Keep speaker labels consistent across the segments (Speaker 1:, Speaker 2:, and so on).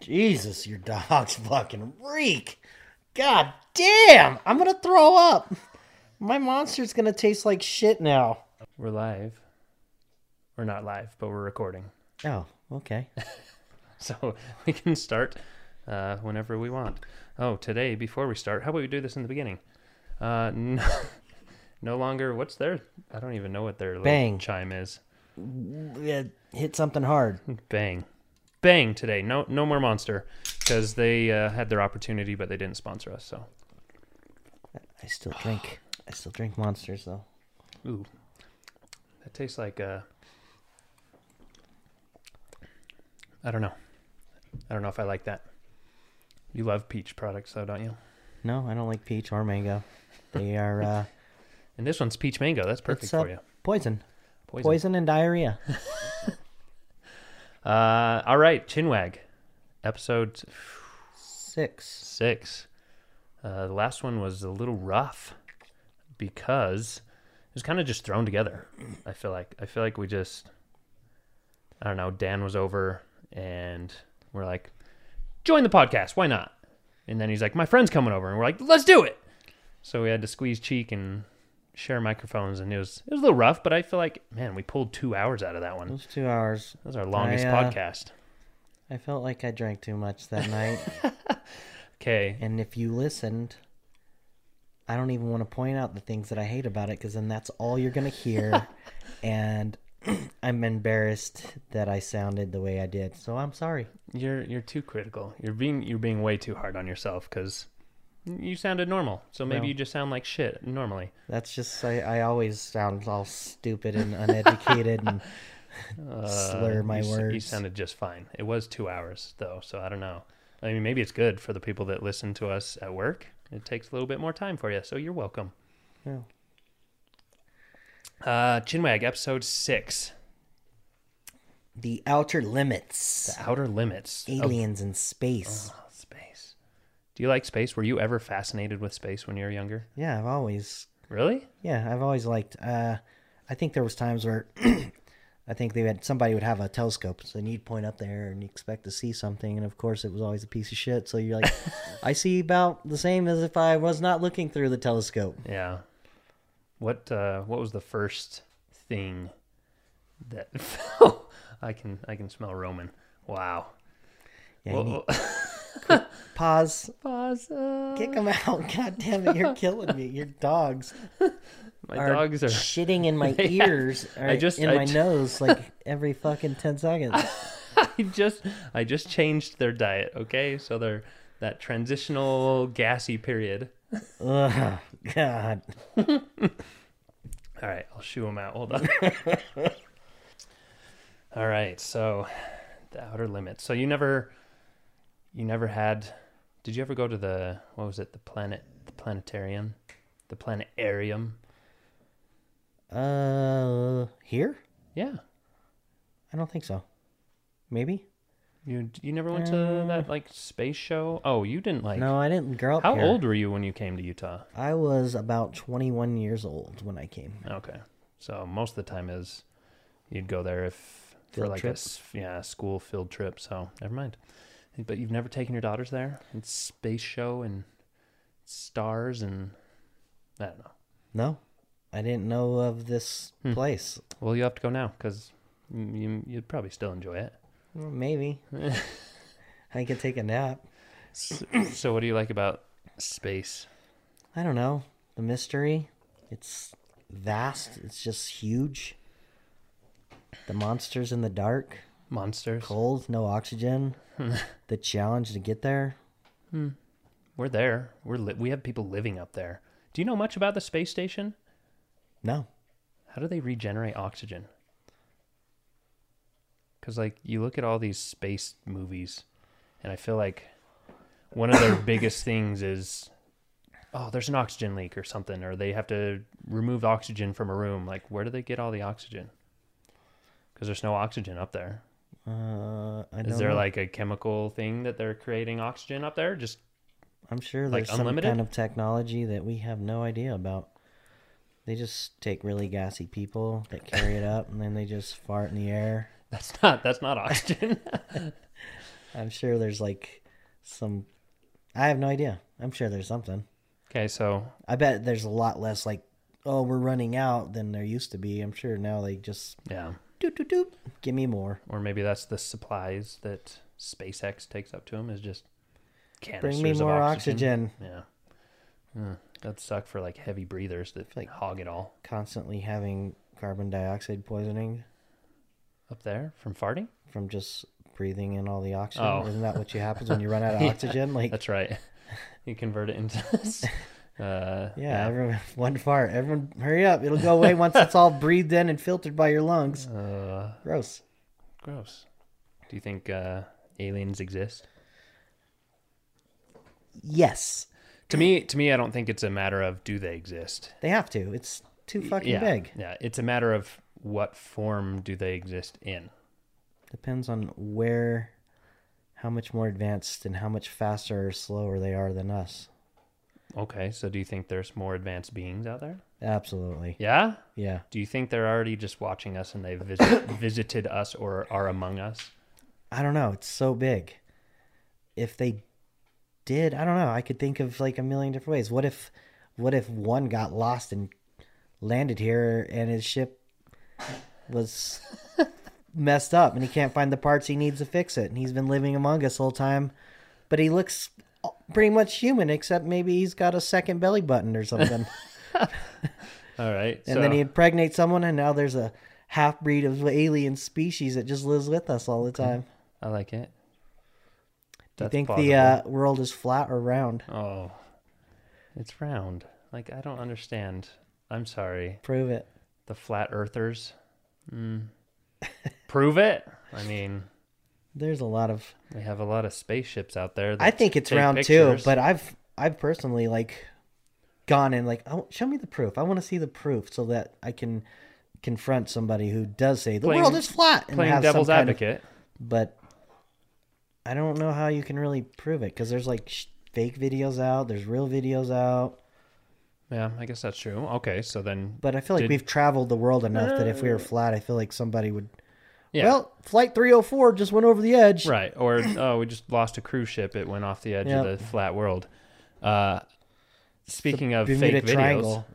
Speaker 1: Jesus, your dogs fucking reek. God damn, I'm gonna throw up. My monster's gonna taste like shit now.
Speaker 2: We're live. We're not live, but we're recording.
Speaker 1: Oh, okay.
Speaker 2: So we can start uh, whenever we want. Oh, today, before we start, how about we do this in the beginning? Uh, no, no longer, what's their, I don't even know what their little
Speaker 1: Bang.
Speaker 2: chime is.
Speaker 1: Yeah, Hit something hard.
Speaker 2: Bang. Bang today. No, no more monster because they uh, had their opportunity, but they didn't sponsor us. So,
Speaker 1: I still drink. I still drink monsters though.
Speaker 2: ooh, that tastes like, uh, I don't know. I don't know if I like that. You love peach products though, don't you?
Speaker 1: No, I don't like peach or mango. They are uh,
Speaker 2: And this one's peach mango. That's perfect
Speaker 1: it's, uh,
Speaker 2: for you.
Speaker 1: poison.
Speaker 2: Poison.
Speaker 1: Poison and diarrhea.
Speaker 2: Uh, all right, Chinwag, episode
Speaker 1: Six.
Speaker 2: six. Uh, the last one was a little rough because it was kind of just thrown together. I feel like I feel like we just I don't know. Dan was over and we're like, join the podcast. Why not? And then he's like, my friend's coming over, and we're like, let's do it. So we had to squeeze cheek and share microphones, and it was it was a little rough, but I feel like man, we pulled two hours out of that one.
Speaker 1: Those two hours.
Speaker 2: That was our longest
Speaker 1: I, uh,
Speaker 2: podcast.
Speaker 1: I felt like I drank too much that night.
Speaker 2: Okay,
Speaker 1: And if you listened, I don't even want to point out the things that I hate about it because then that's all you're going to hear. and I'm embarrassed that I sounded the way I did. So I'm sorry.
Speaker 2: You're you're too critical. You're being you're being way too hard on yourself because you sounded normal. So maybe
Speaker 1: Well.
Speaker 2: you just sound like shit normally.
Speaker 1: That's just, I, I always sound all stupid and uneducated. and
Speaker 2: Uh,
Speaker 1: Slur my
Speaker 2: you, s- You
Speaker 1: words.
Speaker 2: sounded just fine. It was two hours though, so I don't know. I mean, maybe it's good for the people that listen to us at work. It takes a little bit more time for you, so you're welcome.
Speaker 1: Yeah.
Speaker 2: Uh, Chinwag, episode six,
Speaker 1: The Outer Limits
Speaker 2: outer limits. of
Speaker 1: Aliens in Space.
Speaker 2: Uh-huh. space. Do you like space? Were you ever fascinated with space when you were younger?
Speaker 1: Yeah, I've always
Speaker 2: Really?
Speaker 1: Yeah, I've always liked. Uh, I think there was times where I think they had somebody would have a telescope, so you'd point up there and you expect to see something, and of course it was always a piece of shit. So you're like, I see about the same as if I was not looking through the telescope.
Speaker 2: Yeah. What uh what was the first thing that fell? I can I can smell Roman. Wow.
Speaker 1: Yeah, you
Speaker 2: Well,
Speaker 1: need-
Speaker 2: well,
Speaker 1: pause,
Speaker 2: pause. uh,
Speaker 1: kick them out. God damn it, you're killing me. Your dogs
Speaker 2: my
Speaker 1: are,
Speaker 2: dogs are
Speaker 1: shitting in my
Speaker 2: Yeah.
Speaker 1: ears, or
Speaker 2: I just-
Speaker 1: in
Speaker 2: I
Speaker 1: my
Speaker 2: ju-
Speaker 1: nose, like every fucking ten seconds.
Speaker 2: I just I just changed their diet, okay? So they're that transitional gassy period.
Speaker 1: Ugh, God,
Speaker 2: All right, I'll shoo them out. Hold on. All right, so the outer limits. So you never, you never had. Did you ever go to the what was it? The planet, the planetarium, the planetarium.
Speaker 1: uh, here?
Speaker 2: Yeah,
Speaker 1: I don't think so. Maybe.
Speaker 2: you you never went to that like space show. Oh, you didn't like.
Speaker 1: Uh. No, I didn't grow up
Speaker 2: How
Speaker 1: here.
Speaker 2: old were you when you came to Utah?
Speaker 1: I was about 21 years old when I came.
Speaker 2: Okay, so most of the time is you'd go there if for
Speaker 1: Field
Speaker 2: like
Speaker 1: trip?
Speaker 2: a s- yeah school field trip. So never mind. But you've never taken your daughters there and space show and stars and I don't know.
Speaker 1: No, I didn't know of this
Speaker 2: Hmm.
Speaker 1: place.
Speaker 2: Well, you have to go now because you, you'd probably still enjoy it.
Speaker 1: Well, maybe I could take a nap.
Speaker 2: S- so, what do you like about space?
Speaker 1: I don't know. The mystery. It's vast. It's just huge. The monsters in the dark.
Speaker 2: Monsters.
Speaker 1: Cold. No oxygen. the challenge to get there.
Speaker 2: We're there. We're li- we have people living up there. Do you know much about the space station?
Speaker 1: No.
Speaker 2: How do they regenerate oxygen? Because, like, you look at all these space movies, and I feel like one of their biggest things is, oh, there's an oxygen leak or something, or they have to remove oxygen from a room. Like, where do they get all the oxygen? Because there's no oxygen up there.
Speaker 1: Uh, I
Speaker 2: Is
Speaker 1: don't
Speaker 2: there
Speaker 1: know.
Speaker 2: like a chemical thing that they're creating oxygen up there? Just
Speaker 1: I'm sure
Speaker 2: like,
Speaker 1: there's some
Speaker 2: unlimited?
Speaker 1: kind of technology that we have no idea about. They just take really gassy people that carry it up, and then they just fart in the air.
Speaker 2: that's not that's not oxygen.
Speaker 1: I'm sure there's like some. I have no idea. I'm sure there's something.
Speaker 2: Okay, so
Speaker 1: I bet there's a lot less like, oh, we're running out than there used to be. I'm sure now they just
Speaker 2: yeah,
Speaker 1: doop doop doop. Give me more.
Speaker 2: or maybe that's the supplies that SpaceX takes up to them is just canisters
Speaker 1: Bring me
Speaker 2: of
Speaker 1: more
Speaker 2: oxygen.
Speaker 1: oxygen.
Speaker 2: Yeah, Hmm, that'd suck for like heavy breathers that
Speaker 1: Like-
Speaker 2: hog it all
Speaker 1: Constantly having carbon dioxide poisoning
Speaker 2: up there from farting.
Speaker 1: from just breathing in all the oxygen.
Speaker 2: Oh.
Speaker 1: Isn't that what you happens when you run out of
Speaker 2: Yeah.
Speaker 1: oxygen? Like,
Speaker 2: That's right. you convert it into this. Uh,
Speaker 1: yeah, everyone, one fart. Everyone, hurry up. It'll go away once it's all breathed in and filtered by your lungs.
Speaker 2: Uh,
Speaker 1: Gross.
Speaker 2: gross. Do you think uh, aliens exist?
Speaker 1: Yes,
Speaker 2: To me, to me, I don't think it's a matter of do they exist.
Speaker 1: they have to. It's too fucking
Speaker 2: yeah,
Speaker 1: big.
Speaker 2: Yeah, it's a matter of what form do they exist in.
Speaker 1: Depends on where, how much more advanced and how much faster or slower they are than us.
Speaker 2: Okay, so do you think there's more advanced beings out there?
Speaker 1: Absolutely.
Speaker 2: Yeah.
Speaker 1: Yeah.
Speaker 2: Do you think they're already just watching us and they've visit, visited us or are among us?
Speaker 1: I don't know. It's so big. If they did, I don't know. I could think of like a million different ways. What if, what if one got lost and landed here and his ship was messed up and he can't find the parts he needs to fix it and he's been living among us the whole time, but he looks pretty much human except maybe he's got a second belly button or something.
Speaker 2: All right.
Speaker 1: and
Speaker 2: so,
Speaker 1: then he impregnates someone and now there's a half breed of alien species that just lives with us all the time.
Speaker 2: I like it.
Speaker 1: Do you
Speaker 2: That's
Speaker 1: think the
Speaker 2: plausible.
Speaker 1: uh, world is flat or round?
Speaker 2: Oh, it's round. Like I don't understand. I'm sorry.
Speaker 1: Prove it.
Speaker 2: The flat earthers. Mm. Prove it. I mean,
Speaker 1: There's a lot of.
Speaker 2: we have a lot of spaceships out there.
Speaker 1: I think it's
Speaker 2: take
Speaker 1: round
Speaker 2: pictures.
Speaker 1: too, but I've I've personally like gone and like oh, show me the proof. I want to see the proof so that I can confront somebody who does say the
Speaker 2: Playing-
Speaker 1: world is flat and
Speaker 2: playing
Speaker 1: have some
Speaker 2: devil's
Speaker 1: kind of-
Speaker 2: advocate.
Speaker 1: but I don't know how you can really prove it because there's like sh- fake videos out. There's real videos out.
Speaker 2: Yeah, I guess that's true. Okay, so then,
Speaker 1: But I feel like
Speaker 2: Did- Uh,
Speaker 1: we've traveled the world enough that if we were flat, I feel like somebody would.
Speaker 2: yeah,
Speaker 1: Well, flight 304 just went over the edge.
Speaker 2: right. Or oh, we just lost a cruise ship. It went off the edge
Speaker 1: Yeah.
Speaker 2: of the flat world. Uh, speaking of
Speaker 1: Bermuda
Speaker 2: fake videos,
Speaker 1: Triangle.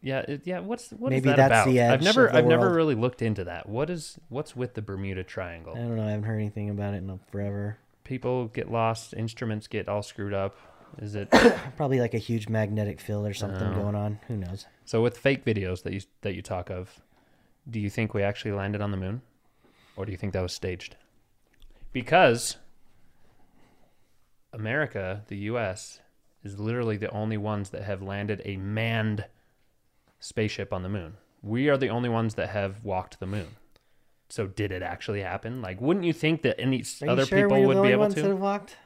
Speaker 2: yeah, it, yeah. What's what is
Speaker 1: Maybe
Speaker 2: that
Speaker 1: that's
Speaker 2: about?
Speaker 1: the edge
Speaker 2: I've never,
Speaker 1: of the
Speaker 2: I've never
Speaker 1: world.
Speaker 2: really looked into that. What is what's with the Bermuda Triangle?
Speaker 1: I don't know. I haven't heard anything about it in a- forever.
Speaker 2: People get lost. Instruments get all screwed up. Is it
Speaker 1: Probably like a huge magnetic field or something
Speaker 2: Oh.
Speaker 1: going on. Who knows?
Speaker 2: so? With fake videos that you that you talk of, do you think we actually landed on the moon, or do you think that was staged? Because America, the U.S., is literally the only ones that have landed a manned spaceship on the moon. We are the only ones that have walked the moon. So did it actually happen? Like, wouldn't you think that any s-
Speaker 1: Are you
Speaker 2: other
Speaker 1: sure
Speaker 2: people
Speaker 1: we're the
Speaker 2: would be
Speaker 1: only
Speaker 2: able
Speaker 1: ones
Speaker 2: to?
Speaker 1: that have walked?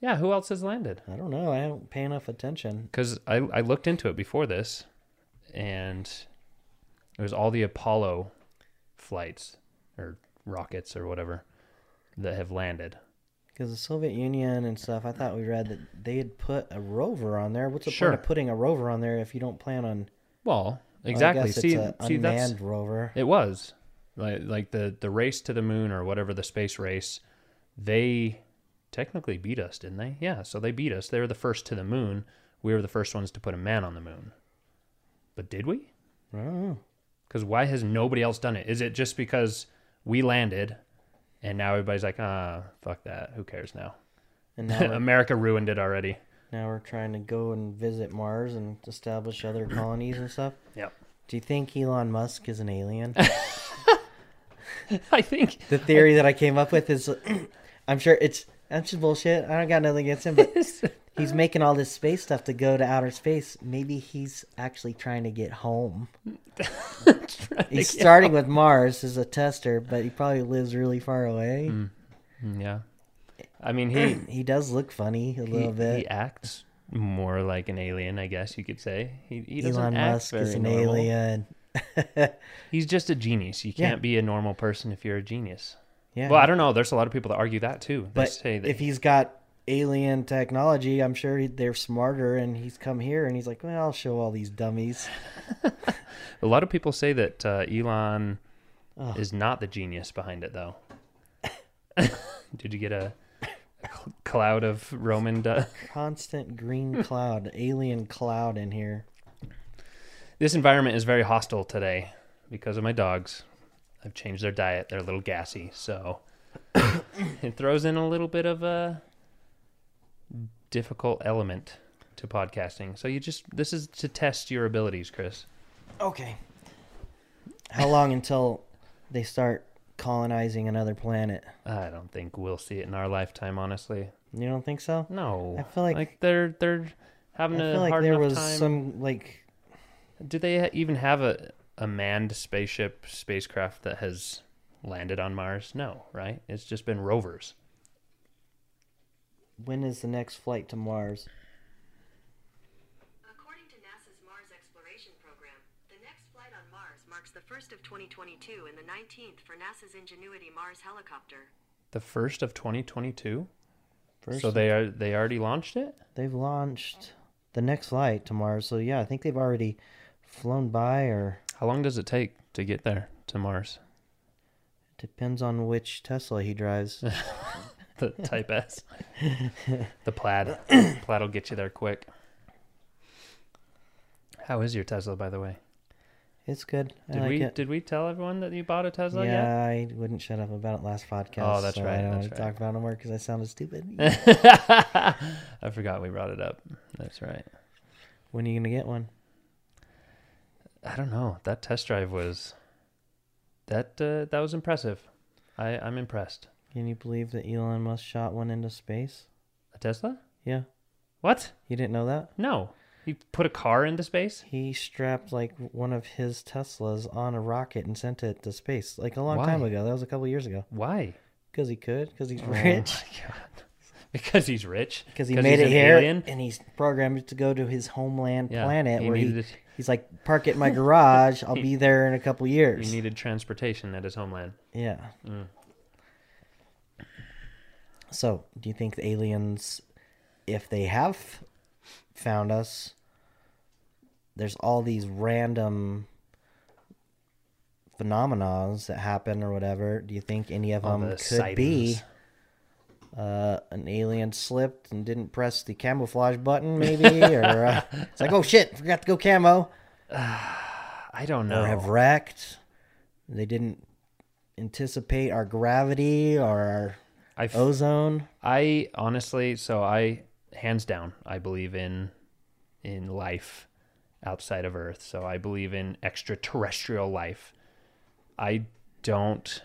Speaker 2: Yeah, who else has landed?
Speaker 1: I don't know. I don't pay enough attention.
Speaker 2: because I, I looked into it before this and it was all the apollo flights or rockets or whatever that have landed
Speaker 1: Because the Soviet Union and stuff, I thought we read that they had put a rover on there. What's the
Speaker 2: Sure.
Speaker 1: point of putting a rover on there if you don't plan on?
Speaker 2: well
Speaker 1: well,
Speaker 2: exactly
Speaker 1: I guess
Speaker 2: see,
Speaker 1: it's a
Speaker 2: see that's
Speaker 1: unmanned rover.
Speaker 2: it was like, like the, the race to the moon or whatever the space race they technically beat us didn't they yeah so they beat us they were the first to the moon we were the first ones to put a man on the moon but did we
Speaker 1: I don't know.
Speaker 2: Because why has nobody else done it? Is it just because we landed and now everybody's like, ah, fuck that. Who cares now?
Speaker 1: And now we're,
Speaker 2: America ruined it already.
Speaker 1: now we're trying to go and visit Mars and establish other colonies and stuff.
Speaker 2: Yep.
Speaker 1: Do you think Elon Musk is an alien?
Speaker 2: I think
Speaker 1: the theory that I came up with is, I'm sure it's that's just bullshit. I don't got nothing against him, but he's making all this space stuff to go to outer space. Maybe he's actually trying to get home. He's starting with Mars as a tester, but he probably lives really far away.
Speaker 2: Hmm. Yeah. I mean, he,
Speaker 1: He does look funny a
Speaker 2: he,
Speaker 1: little
Speaker 2: he
Speaker 1: bit.
Speaker 2: acts more like an alien, I guess you could say. He, he doesn't
Speaker 1: Elon
Speaker 2: act
Speaker 1: Musk
Speaker 2: very
Speaker 1: is an
Speaker 2: normal.
Speaker 1: alien.
Speaker 2: He's just a genius. You
Speaker 1: Yeah.
Speaker 2: can't be a normal person if you're a genius.
Speaker 1: Yeah.
Speaker 2: Well, I don't know. There's a lot of people that argue that too. They
Speaker 1: but
Speaker 2: say that
Speaker 1: if he's got alien technology, I'm sure he, they're smarter. And he's come here and he's like, well, I'll show all these dummies.
Speaker 2: A lot of people say that uh, Elon is not the genius behind it, though. Did you get a, a cl- cloud of Roman dust?
Speaker 1: Constant
Speaker 2: Hmm.
Speaker 1: green cloud, alien cloud in here.
Speaker 2: This environment is very hostile today because of my dogs. I've changed their diet. They're a little gassy, so it throws in a little bit of a difficult element to podcasting. So you just this is to test your abilities, Chris.
Speaker 1: Okay. How long until they start colonizing another planet?
Speaker 2: I don't think we'll see it in our lifetime, honestly.
Speaker 1: You don't think so?
Speaker 2: No,
Speaker 1: I feel like-
Speaker 2: they're they're
Speaker 1: I
Speaker 2: having a
Speaker 1: feel like
Speaker 2: Mm, uh, hard
Speaker 1: there
Speaker 2: enough
Speaker 1: was
Speaker 2: time.
Speaker 1: some like
Speaker 2: Do they ha- even have a a manned spaceship spacecraft that has landed on Mars? No, right? It's just been rovers.
Speaker 1: when is the next flight to Mars?
Speaker 3: According to NASA's Mars Exploration Program, the next flight on Mars marks the first of 2022 and the 19th for NASA's Ingenuity Mars helicopter.
Speaker 2: The first of 2022.
Speaker 1: First,
Speaker 2: so they are they already launched it.
Speaker 1: they've launched the next flight to Mars. So yeah, I think they've already flown by or
Speaker 2: How long does it take to get there to Mars?
Speaker 1: depends on which Tesla he drives.
Speaker 2: The Type S, the Plaid. Plaid will get you there quick. How is your Tesla, by the way?
Speaker 1: it's good. I
Speaker 2: Did
Speaker 1: like
Speaker 2: we
Speaker 1: it.
Speaker 2: did we tell everyone that you bought a Tesla yet?
Speaker 1: yeah, I wouldn't shut up about it last podcast.
Speaker 2: Oh, that's
Speaker 1: so
Speaker 2: right,
Speaker 1: I don't
Speaker 2: that's
Speaker 1: want to
Speaker 2: right.
Speaker 1: talk about it more because I sounded stupid.
Speaker 2: I forgot we brought it up. That's right.
Speaker 1: when are you gonna get one?
Speaker 2: I don't know. That test drive was that uh, that was impressive. I I'm impressed.
Speaker 1: Can you believe that Elon Musk shot one into space?
Speaker 2: A Tesla?
Speaker 1: Yeah,
Speaker 2: What?
Speaker 1: you didn't know that.
Speaker 2: No. He put a car into space?
Speaker 1: He strapped like one of his Teslas on a rocket and sent it to space like a long time
Speaker 2: Why?
Speaker 1: ago. That was a couple years ago.
Speaker 2: Why?
Speaker 1: Because he could. Because he's rich.
Speaker 2: Oh my god. Because he's rich.
Speaker 1: Because he
Speaker 2: he's
Speaker 1: made it
Speaker 2: an
Speaker 1: here
Speaker 2: alien?
Speaker 1: and he's programmed to go to his homeland
Speaker 2: Yeah,
Speaker 1: planet
Speaker 2: he
Speaker 1: where he,
Speaker 2: needed it.
Speaker 1: he's like, park it in my garage. I'll be there in a couple years.
Speaker 2: He needed transportation at his homeland.
Speaker 1: yeah.
Speaker 2: Mm.
Speaker 1: So, do you think the aliens, if they have found us, there's all these random phenomenons that happen or whatever. Do you think any of
Speaker 2: All
Speaker 1: them
Speaker 2: the
Speaker 1: could be
Speaker 2: sightings.
Speaker 1: uh, an alien slipped and didn't press the camouflage button, maybe, or uh, it's like, oh shit, forgot to go camo,
Speaker 2: I don't
Speaker 1: or
Speaker 2: know.
Speaker 1: have wrecked. They didn't anticipate our gravity or our
Speaker 2: I f-
Speaker 1: ozone.
Speaker 2: I honestly, so I hands down, I believe in in life outside of Earth. So I believe in extraterrestrial life. I don't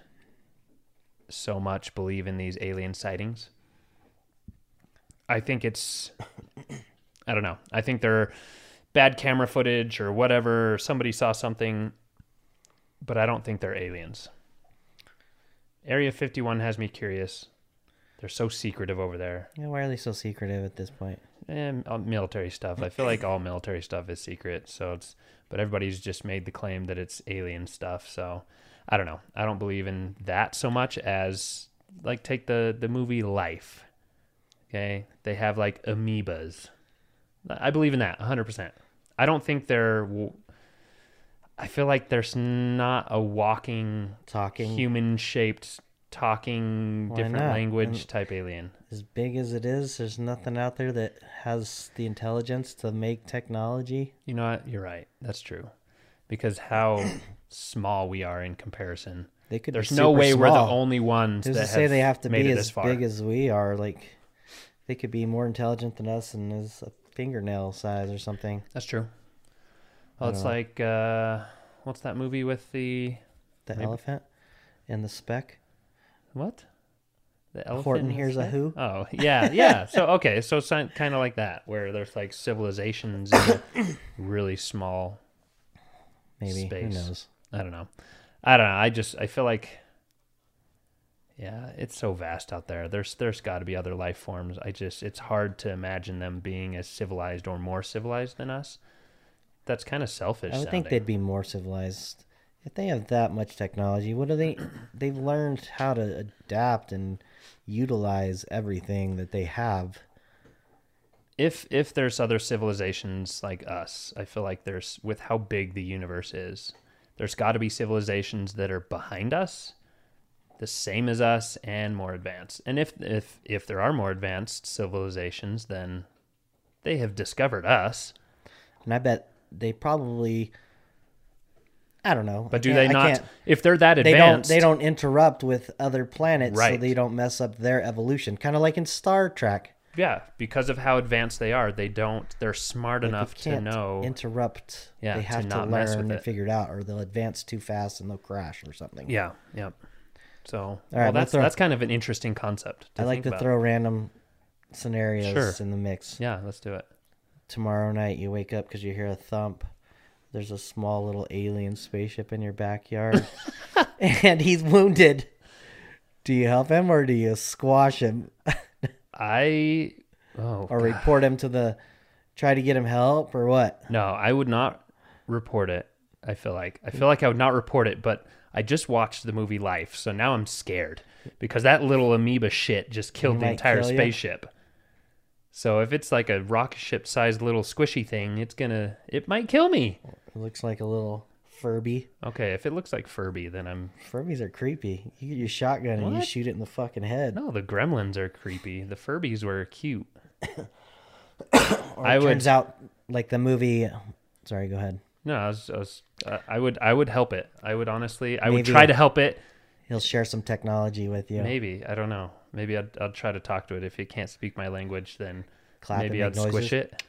Speaker 2: so much believe in these alien sightings. I think it's I don't know. I think they're bad camera footage or whatever. Somebody saw something, but I don't think they're aliens. Area 51 has me curious. They're so secretive over there.
Speaker 1: Yeah, why are they so secretive at this point?
Speaker 2: And Um, military stuff. I feel like all military stuff is secret. So it's, but everybody's just made the claim that it's alien stuff. So I don't know. I don't believe in that so much as like take the the movie Life. Okay, they have like amoebas. I believe in that 100. percent I don't think they're. w- I feel like there's not a walking
Speaker 1: Talking
Speaker 2: human shaped talking
Speaker 1: Why
Speaker 2: different
Speaker 1: not?
Speaker 2: language
Speaker 1: And-
Speaker 2: type alien.
Speaker 1: as big as it is, there's nothing out there that has the intelligence to make technology.
Speaker 2: You know what? You're right. That's true. Because how small we are in comparison.
Speaker 1: They could. be
Speaker 2: There's no
Speaker 1: super
Speaker 2: way we're the
Speaker 1: small.
Speaker 2: only ones
Speaker 1: Who's
Speaker 2: that
Speaker 1: to say they have to
Speaker 2: made
Speaker 1: be as
Speaker 2: it this far.
Speaker 1: big as we are? Like, they could be more intelligent than us and is a fingernail size or something.
Speaker 2: That's true. Well, it's like uh, what's that movie with the
Speaker 1: The
Speaker 2: Maybe.
Speaker 1: elephant and the speck.
Speaker 2: what? The elephant.
Speaker 1: Horton
Speaker 2: and the
Speaker 1: Hears a
Speaker 2: Snake?
Speaker 1: Who.
Speaker 2: Oh yeah, yeah. so okay, so kind of like that, where there's like civilizations in a really small
Speaker 1: Maybe
Speaker 2: space.
Speaker 1: who knows?
Speaker 2: I don't know. I don't know. I just I feel like yeah, it's so vast out there. There's there's got to be other life forms. I just it's hard to imagine them being as civilized or more civilized than us. That's kind of selfish.
Speaker 1: I would think
Speaker 2: sounding.
Speaker 1: they'd be more civilized if they have that much technology. What are they? They've learned how to adapt and utilize everything that they have.
Speaker 2: if if there's other civilizations like us, I feel like there's with how big the universe is, there's got to be civilizations that are behind us the same as us and more advanced. And if if if there are more advanced civilizations, then they have discovered us.
Speaker 1: And I bet they probably. I don't know. I
Speaker 2: But do
Speaker 1: can't-
Speaker 2: they
Speaker 1: I
Speaker 2: not?
Speaker 1: can't-
Speaker 2: If they're that
Speaker 1: They don't.
Speaker 2: advanced,
Speaker 1: They don't interrupt with other planets, so
Speaker 2: Right.
Speaker 1: they don't mess up their evolution. Kind of like in Star Trek.
Speaker 2: Yeah, because of how advanced they are, they don't. They're smart
Speaker 1: Like,
Speaker 2: enough
Speaker 1: you
Speaker 2: to
Speaker 1: can't
Speaker 2: know.
Speaker 1: interrupt.
Speaker 2: Yeah,
Speaker 1: they
Speaker 2: to
Speaker 1: have to,
Speaker 2: not mess
Speaker 1: learn
Speaker 2: with
Speaker 1: and
Speaker 2: it.
Speaker 1: figure it out, or they'll advance too fast and they'll crash or something.
Speaker 2: yeah, yeah. So,
Speaker 1: right,
Speaker 2: well,
Speaker 1: we'll
Speaker 2: that's
Speaker 1: throw-
Speaker 2: that's kind of an interesting concept. To
Speaker 1: I like
Speaker 2: think
Speaker 1: to
Speaker 2: about.
Speaker 1: throw random scenarios
Speaker 2: Sure.
Speaker 1: in the mix.
Speaker 2: Yeah, let's do it.
Speaker 1: Tomorrow night, you wake up because you hear a thump. There's a small little alien spaceship in your backyard, and he's wounded. Do you help him or do you squash him
Speaker 2: I oh
Speaker 1: or
Speaker 2: God.
Speaker 1: report him to the? Try to get him help or what?
Speaker 2: no, I would not report it. I feel like I feel like I would not report it, but I just watched the movie Life, so now I'm scared because that little amoeba shit just killed the
Speaker 1: might
Speaker 2: entire
Speaker 1: kill ya.
Speaker 2: spaceship. So if it's like a rocket ship sized little squishy thing, it's gonna it might kill me.
Speaker 1: It looks like a little Furby.
Speaker 2: Okay, if it looks like Furby, then I'm
Speaker 1: Furbies are creepy. You get your shotgun and you
Speaker 2: What?
Speaker 1: shoot it in the fucking head.
Speaker 2: No, the gremlins are creepy. The Furbies were cute.
Speaker 1: Or
Speaker 2: I
Speaker 1: it
Speaker 2: would-
Speaker 1: turns out like the movie. Sorry, go ahead.
Speaker 2: No, I was, I, was, uh, I would, I would help it. I would honestly, I would
Speaker 1: Maybe.
Speaker 2: try to help it.
Speaker 1: He'll share some technology with you.
Speaker 2: Maybe I don't know. Maybe I'd, I'd try to talk to it. If it can't speak my language, then
Speaker 1: Clap and
Speaker 2: maybe
Speaker 1: make
Speaker 2: I'd squish
Speaker 1: noises.
Speaker 2: it.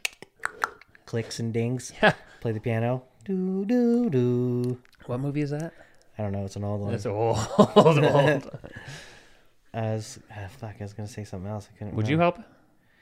Speaker 1: Clicks and dings.
Speaker 2: Yeah.
Speaker 1: Play the piano. Do do do.
Speaker 2: What movie is that?
Speaker 1: I don't know. It's an old one.
Speaker 2: That's old, old.
Speaker 1: I was ah, fuck. I was gonna say something else. I couldn't.
Speaker 2: Would you
Speaker 1: remember.
Speaker 2: help?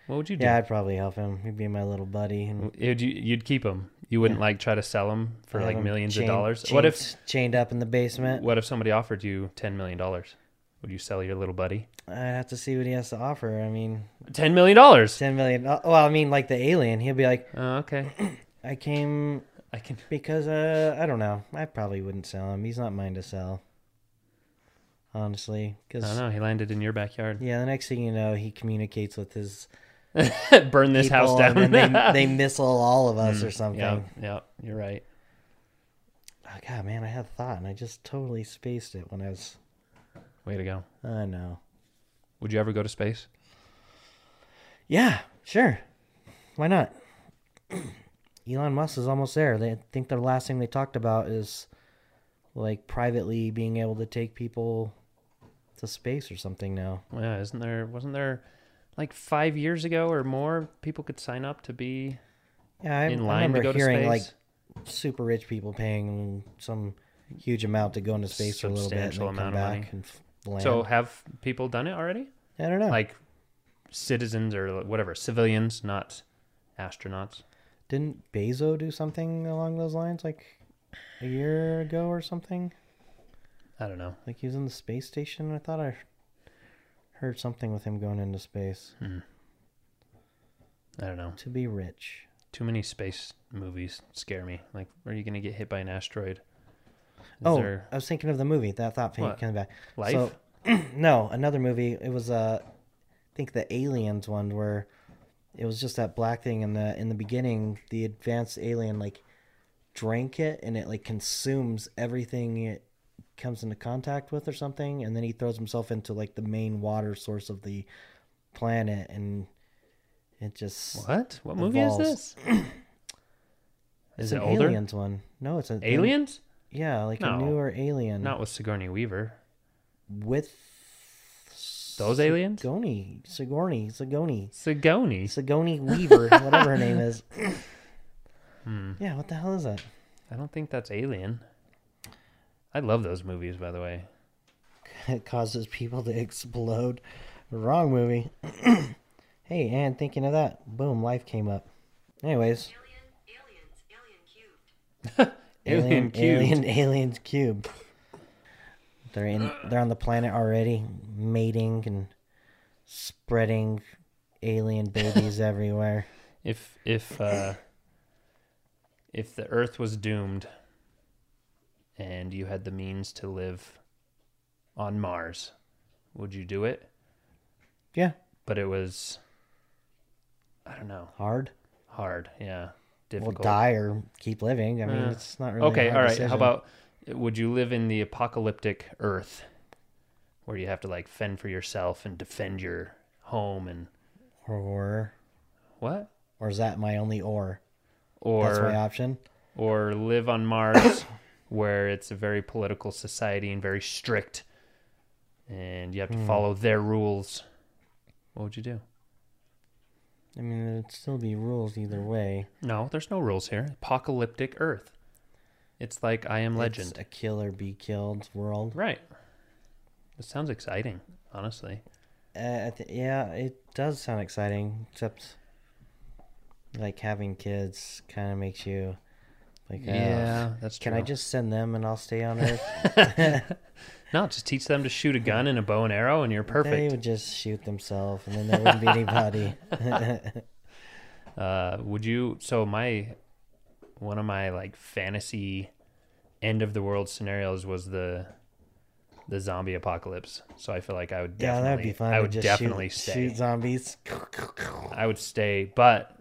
Speaker 2: What would you do?
Speaker 1: Yeah, I'd probably help him. He'd be my little buddy. And
Speaker 2: Would you, you'd keep them. You wouldn't like try to sell them for
Speaker 1: have
Speaker 2: like
Speaker 1: him
Speaker 2: millions
Speaker 1: chained-
Speaker 2: of dollars. What if,
Speaker 1: chained- chained up in the basement?
Speaker 2: what if somebody offered you ten million dollars? Would you sell your little buddy?
Speaker 1: I'd have to see what he has to offer. I mean,
Speaker 2: Ten million dollars.
Speaker 1: ten million. oh, Well, I mean, like the alien. He'll be like,
Speaker 2: Uh, okay,
Speaker 1: I came
Speaker 2: I can.
Speaker 1: Because uh, I don't know. I probably wouldn't sell him. He's not mine to sell. Honestly,
Speaker 2: I don't
Speaker 1: because
Speaker 2: know. He landed in your backyard.
Speaker 1: yeah, the next thing you know, he communicates with his
Speaker 2: Burn this house
Speaker 1: people,
Speaker 2: down. Mm,
Speaker 1: and then they they missile all of us or something.
Speaker 2: yeah, yeah, you're right.
Speaker 1: Oh, God, man, I had a thought and I just totally spaced it when I was.
Speaker 2: Way to go.
Speaker 1: I know.
Speaker 2: Would you ever go to space?
Speaker 1: Yeah, sure. Why not? Elon Musk is almost there. They I think the last thing they talked about is like privately being able to take people to space or something now.
Speaker 2: Well, Yeah, isn't there? Wasn't there like five years ago or more people could sign up to be
Speaker 1: Yeah, I,
Speaker 2: in
Speaker 1: I
Speaker 2: line to
Speaker 1: remember
Speaker 2: go to
Speaker 1: hearing
Speaker 2: space?
Speaker 1: like super rich people paying some huge amount to go into space for a little bit and
Speaker 2: Substantial
Speaker 1: then come
Speaker 2: amount of money.
Speaker 1: back and f- land.
Speaker 2: so have people done it already?
Speaker 1: I don't know.
Speaker 2: Like citizens or whatever, civilians, not astronauts.
Speaker 1: didn't Bezos do something along those lines like a year ago or something?
Speaker 2: I don't know.
Speaker 1: Like he was in the space station. I thought I heard something with him going into space
Speaker 2: Hmm. I don't know.
Speaker 1: to be rich.
Speaker 2: Too many space movies scare me. Like, are you gonna get hit by an asteroid? Is
Speaker 1: oh,
Speaker 2: there
Speaker 1: I was thinking of the movie. That thought thing
Speaker 2: What?
Speaker 1: came back.
Speaker 2: life?
Speaker 1: So, no, another movie. It was uh, I think the Aliens one where it was just that black thing in the in the beginning. The advanced alien like drank it and it like consumes everything it comes into contact with or something, and then he throws himself into like the main water source of the planet, and it just
Speaker 2: what? What movie
Speaker 1: Evolves.
Speaker 2: is this?
Speaker 1: It's
Speaker 2: is it
Speaker 1: an
Speaker 2: older?
Speaker 1: Aliens one? No, it's an
Speaker 2: Aliens?
Speaker 1: Yeah, like
Speaker 2: No.
Speaker 1: a newer Alien.
Speaker 2: Not with Sigourney Weaver.
Speaker 1: with
Speaker 2: Those aliens?
Speaker 1: Sigourney, Sigourney, Sigourney.
Speaker 2: Sigourney.
Speaker 1: Sigourney Weaver, whatever her name is.
Speaker 2: Hmm.
Speaker 1: Yeah, what the hell is that?
Speaker 2: I don't think that's Alien. I love those movies, by the way.
Speaker 1: It causes people to explode. Wrong movie. hey, and thinking of that, boom, life came up. Anyways,
Speaker 3: Alien, aliens, alien cubed.
Speaker 2: Alien Cube.
Speaker 1: alien, aliens cube. They're in. They're on the planet already, mating and spreading alien babies everywhere.
Speaker 2: If if uh, if the Earth was doomed, and you had the means to live on Mars, would you do it?
Speaker 1: Yeah,
Speaker 2: But it was, I don't know,
Speaker 1: hard.
Speaker 2: hard. Yeah,
Speaker 1: We'll
Speaker 2: difficult.
Speaker 1: die or keep living. I mean,
Speaker 2: Uh,
Speaker 1: it's not really. a
Speaker 2: okay,
Speaker 1: hard
Speaker 2: all right.
Speaker 1: decision.
Speaker 2: How about would you live in the apocalyptic Earth, where you have to like fend for yourself and defend your home and
Speaker 1: Or
Speaker 2: what
Speaker 1: or is that my only or?
Speaker 2: or
Speaker 1: That's my option.
Speaker 2: or live on Mars, where it's a very political society and very strict, and you have to
Speaker 1: Hmm.
Speaker 2: follow their rules. What would you do?
Speaker 1: I mean, it'd still be rules either way.
Speaker 2: No, there's no rules here. Apocalyptic Earth. It's like I Am Legend.
Speaker 1: It's a kill or be killed world.
Speaker 2: Right. This sounds exciting, honestly.
Speaker 1: Uh, I th- yeah, it does sound exciting, except like having kids kind of makes you like, uh,
Speaker 2: that's true.
Speaker 1: Can I just send them and I'll stay on Earth?
Speaker 2: No, just teach them to shoot a gun and a bow and arrow, and you're
Speaker 1: They
Speaker 2: perfect.
Speaker 1: would just shoot themselves, and then there wouldn't be anybody.
Speaker 2: Uh, would you? So my one of my like fantasy end of the world scenarios was the the zombie apocalypse. So I feel like I would
Speaker 1: yeah,
Speaker 2: definitely
Speaker 1: that'd be fun.
Speaker 2: I
Speaker 1: to
Speaker 2: would
Speaker 1: just shoot-
Speaker 2: definitely
Speaker 1: shoot,
Speaker 2: stay.
Speaker 1: zombies.
Speaker 2: I would stay, but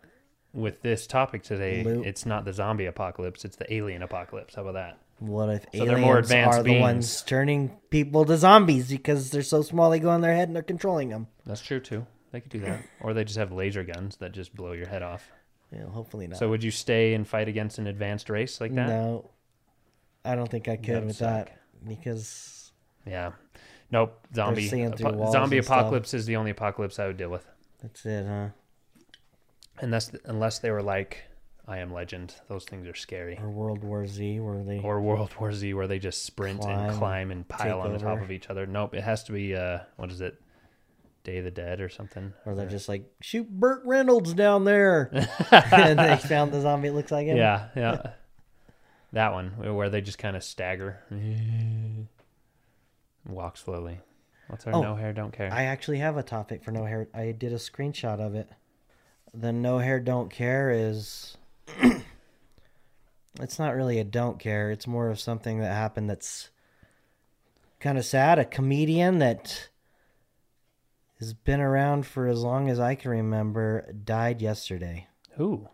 Speaker 2: with this topic today,
Speaker 1: Loot.
Speaker 2: it's not the zombie apocalypse; it's the alien apocalypse. How about that?
Speaker 1: What if
Speaker 2: So they're
Speaker 1: aliens
Speaker 2: more advanced
Speaker 1: are the
Speaker 2: beings.
Speaker 1: ones turning people to zombies because they're so small they go on their head and they're controlling them?
Speaker 2: That's true too. They could do that, or they just have laser guns that just blow your head off.
Speaker 1: Yeah, hopefully not.
Speaker 2: So would you stay and fight against an advanced race like that?
Speaker 1: No, I don't think I could
Speaker 2: would
Speaker 1: with
Speaker 2: suck.
Speaker 1: that because
Speaker 2: Yeah. Nope. Zombie.
Speaker 1: seeing through
Speaker 2: apo-
Speaker 1: walls
Speaker 2: zombie
Speaker 1: and stuff.
Speaker 2: apocalypse is the only apocalypse I would deal with.
Speaker 1: that's it, huh?
Speaker 2: Unless unless they were like I am legend. Those things are scary.
Speaker 1: Or World War Z, where they
Speaker 2: Or World War Z where they just sprint
Speaker 1: Climb,
Speaker 2: and climb and pile
Speaker 1: take
Speaker 2: on the top
Speaker 1: over.
Speaker 2: of each other. Nope. It has to be uh what is it? Day of the Dead or something.
Speaker 1: or they're just like shoot Burt Reynolds down there, and they found the zombie. It looks like him.
Speaker 2: Yeah, yeah. that one where- where they just kind of stagger. Walk slowly. What's our
Speaker 1: Oh,
Speaker 2: no hair, don't care?
Speaker 1: I actually have a topic for no hair. I did a screenshot of it. The no hair don't care is it's not really a don't care. It's more of something that happened that's kind of sad. A comedian that has been around for as long as I can remember died yesterday.
Speaker 2: Who?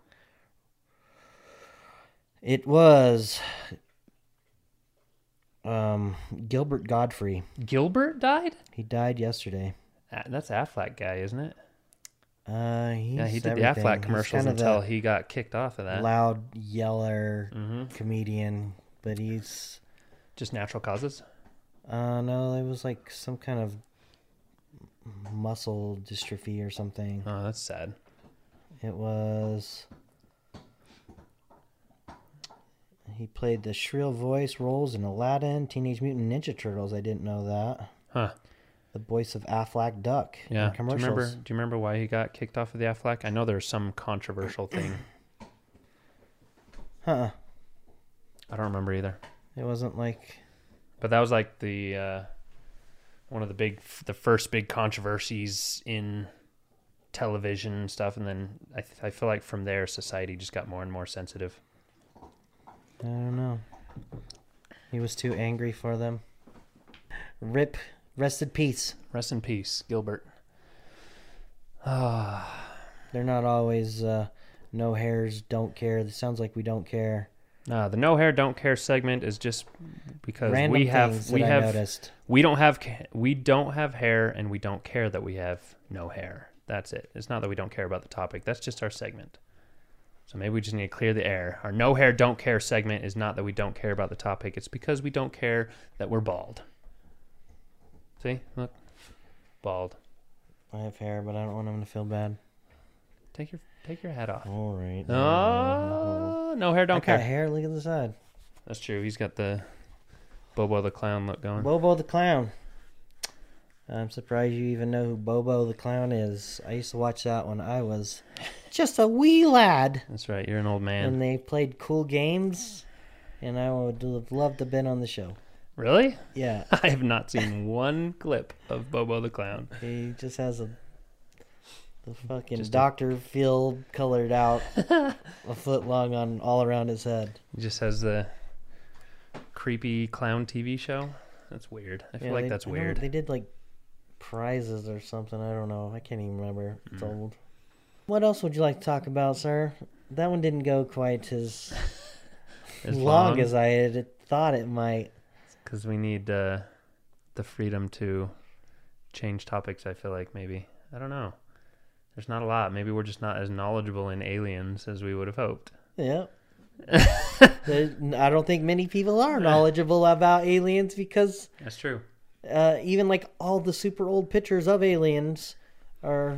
Speaker 1: It was um Gilbert Godfrey.
Speaker 2: Gilbert died?
Speaker 1: He died yesterday.
Speaker 2: Uh, That's Affleck guy, isn't it?
Speaker 1: Uh, he's
Speaker 2: Yeah, he did
Speaker 1: everything.
Speaker 2: the
Speaker 1: He's
Speaker 2: Affleck commercials
Speaker 1: kind of
Speaker 2: until
Speaker 1: the-
Speaker 2: he got kicked off of that.
Speaker 1: loud yeller
Speaker 2: Mhm.
Speaker 1: comedian, but he's
Speaker 2: Just natural causes.
Speaker 1: uh no, it was like some kind of muscle dystrophy or something.
Speaker 2: Oh, that's sad.
Speaker 1: It was he played the shrill voice roles in Aladdin, Teenage Mutant Ninja Turtles. I didn't know that.
Speaker 2: Huh?
Speaker 1: The voice of Aflac Duck. in
Speaker 2: Yeah. Do you
Speaker 1: commercials.
Speaker 2: remember? Do you remember why he got kicked off of the Affleck? I know there's some controversial thing.
Speaker 1: Huh?
Speaker 2: I don't remember either.
Speaker 1: It wasn't like
Speaker 2: But that was like the uh, one of the big, the first big controversies in television and stuff. And then I, th- I feel like from there, society just got more and more sensitive.
Speaker 1: I don't know. He was too angry for them. Rip. Rest in peace.
Speaker 2: Rest in peace, Gilbert.
Speaker 1: They're not always uh, no hairs, don't care. It sounds like we don't care.
Speaker 2: No, Uh, the no hair, don't care segment is just because
Speaker 1: Random
Speaker 2: we have
Speaker 1: things
Speaker 2: we
Speaker 1: that
Speaker 2: have
Speaker 1: I noticed.
Speaker 2: we don't have ca- we don't have hair and we don't care that we have no hair. That's it. It's not that we don't care about the topic. That's just our segment. So maybe we just need to clear the air. Our no hair, don't care segment is not that we don't care about the topic. It's because we don't care that we're bald. See, look, bald.
Speaker 1: I have hair, but I don't want them to feel bad.
Speaker 2: Take your take your hat off.
Speaker 1: All right.
Speaker 2: Oh, no hair,
Speaker 1: I
Speaker 2: don't
Speaker 1: got
Speaker 2: care.
Speaker 1: hair. Look at the side.
Speaker 2: That's true. He's got the Bobo the clown look going.
Speaker 1: Bobo the clown. I'm surprised you even know who Bobo the clown is. I used to watch that when I was just a wee lad,
Speaker 2: That's right. You're an old man.
Speaker 1: and they played cool games, and I would have loved to have been on the show.
Speaker 2: Really?
Speaker 1: Yeah,
Speaker 2: I have not seen one clip of Bobo the Clown.
Speaker 1: He just has a the fucking
Speaker 2: Just a-
Speaker 1: Doctor Phil colored out a foot long on all around his head.
Speaker 2: He just has the creepy clown TV show. That's weird. I feel
Speaker 1: Yeah,
Speaker 2: like
Speaker 1: they-
Speaker 2: that's
Speaker 1: I don't know,
Speaker 2: weird.
Speaker 1: They did like prizes or something. I don't know. I can't even remember. It's
Speaker 2: Mm.
Speaker 1: old. What else would you like to talk about, sir? That one didn't go quite as,
Speaker 2: As
Speaker 1: long,
Speaker 2: long
Speaker 1: as I had thought it might.
Speaker 2: because we need uh, the freedom to change topics. I feel like maybe I don't know. There's not a lot. Maybe we're just not as knowledgeable in aliens as we would have hoped.
Speaker 1: Yeah. There- I don't think many people are knowledgeable about aliens because
Speaker 2: That's true.
Speaker 1: uh, even like all the super old pictures of aliens are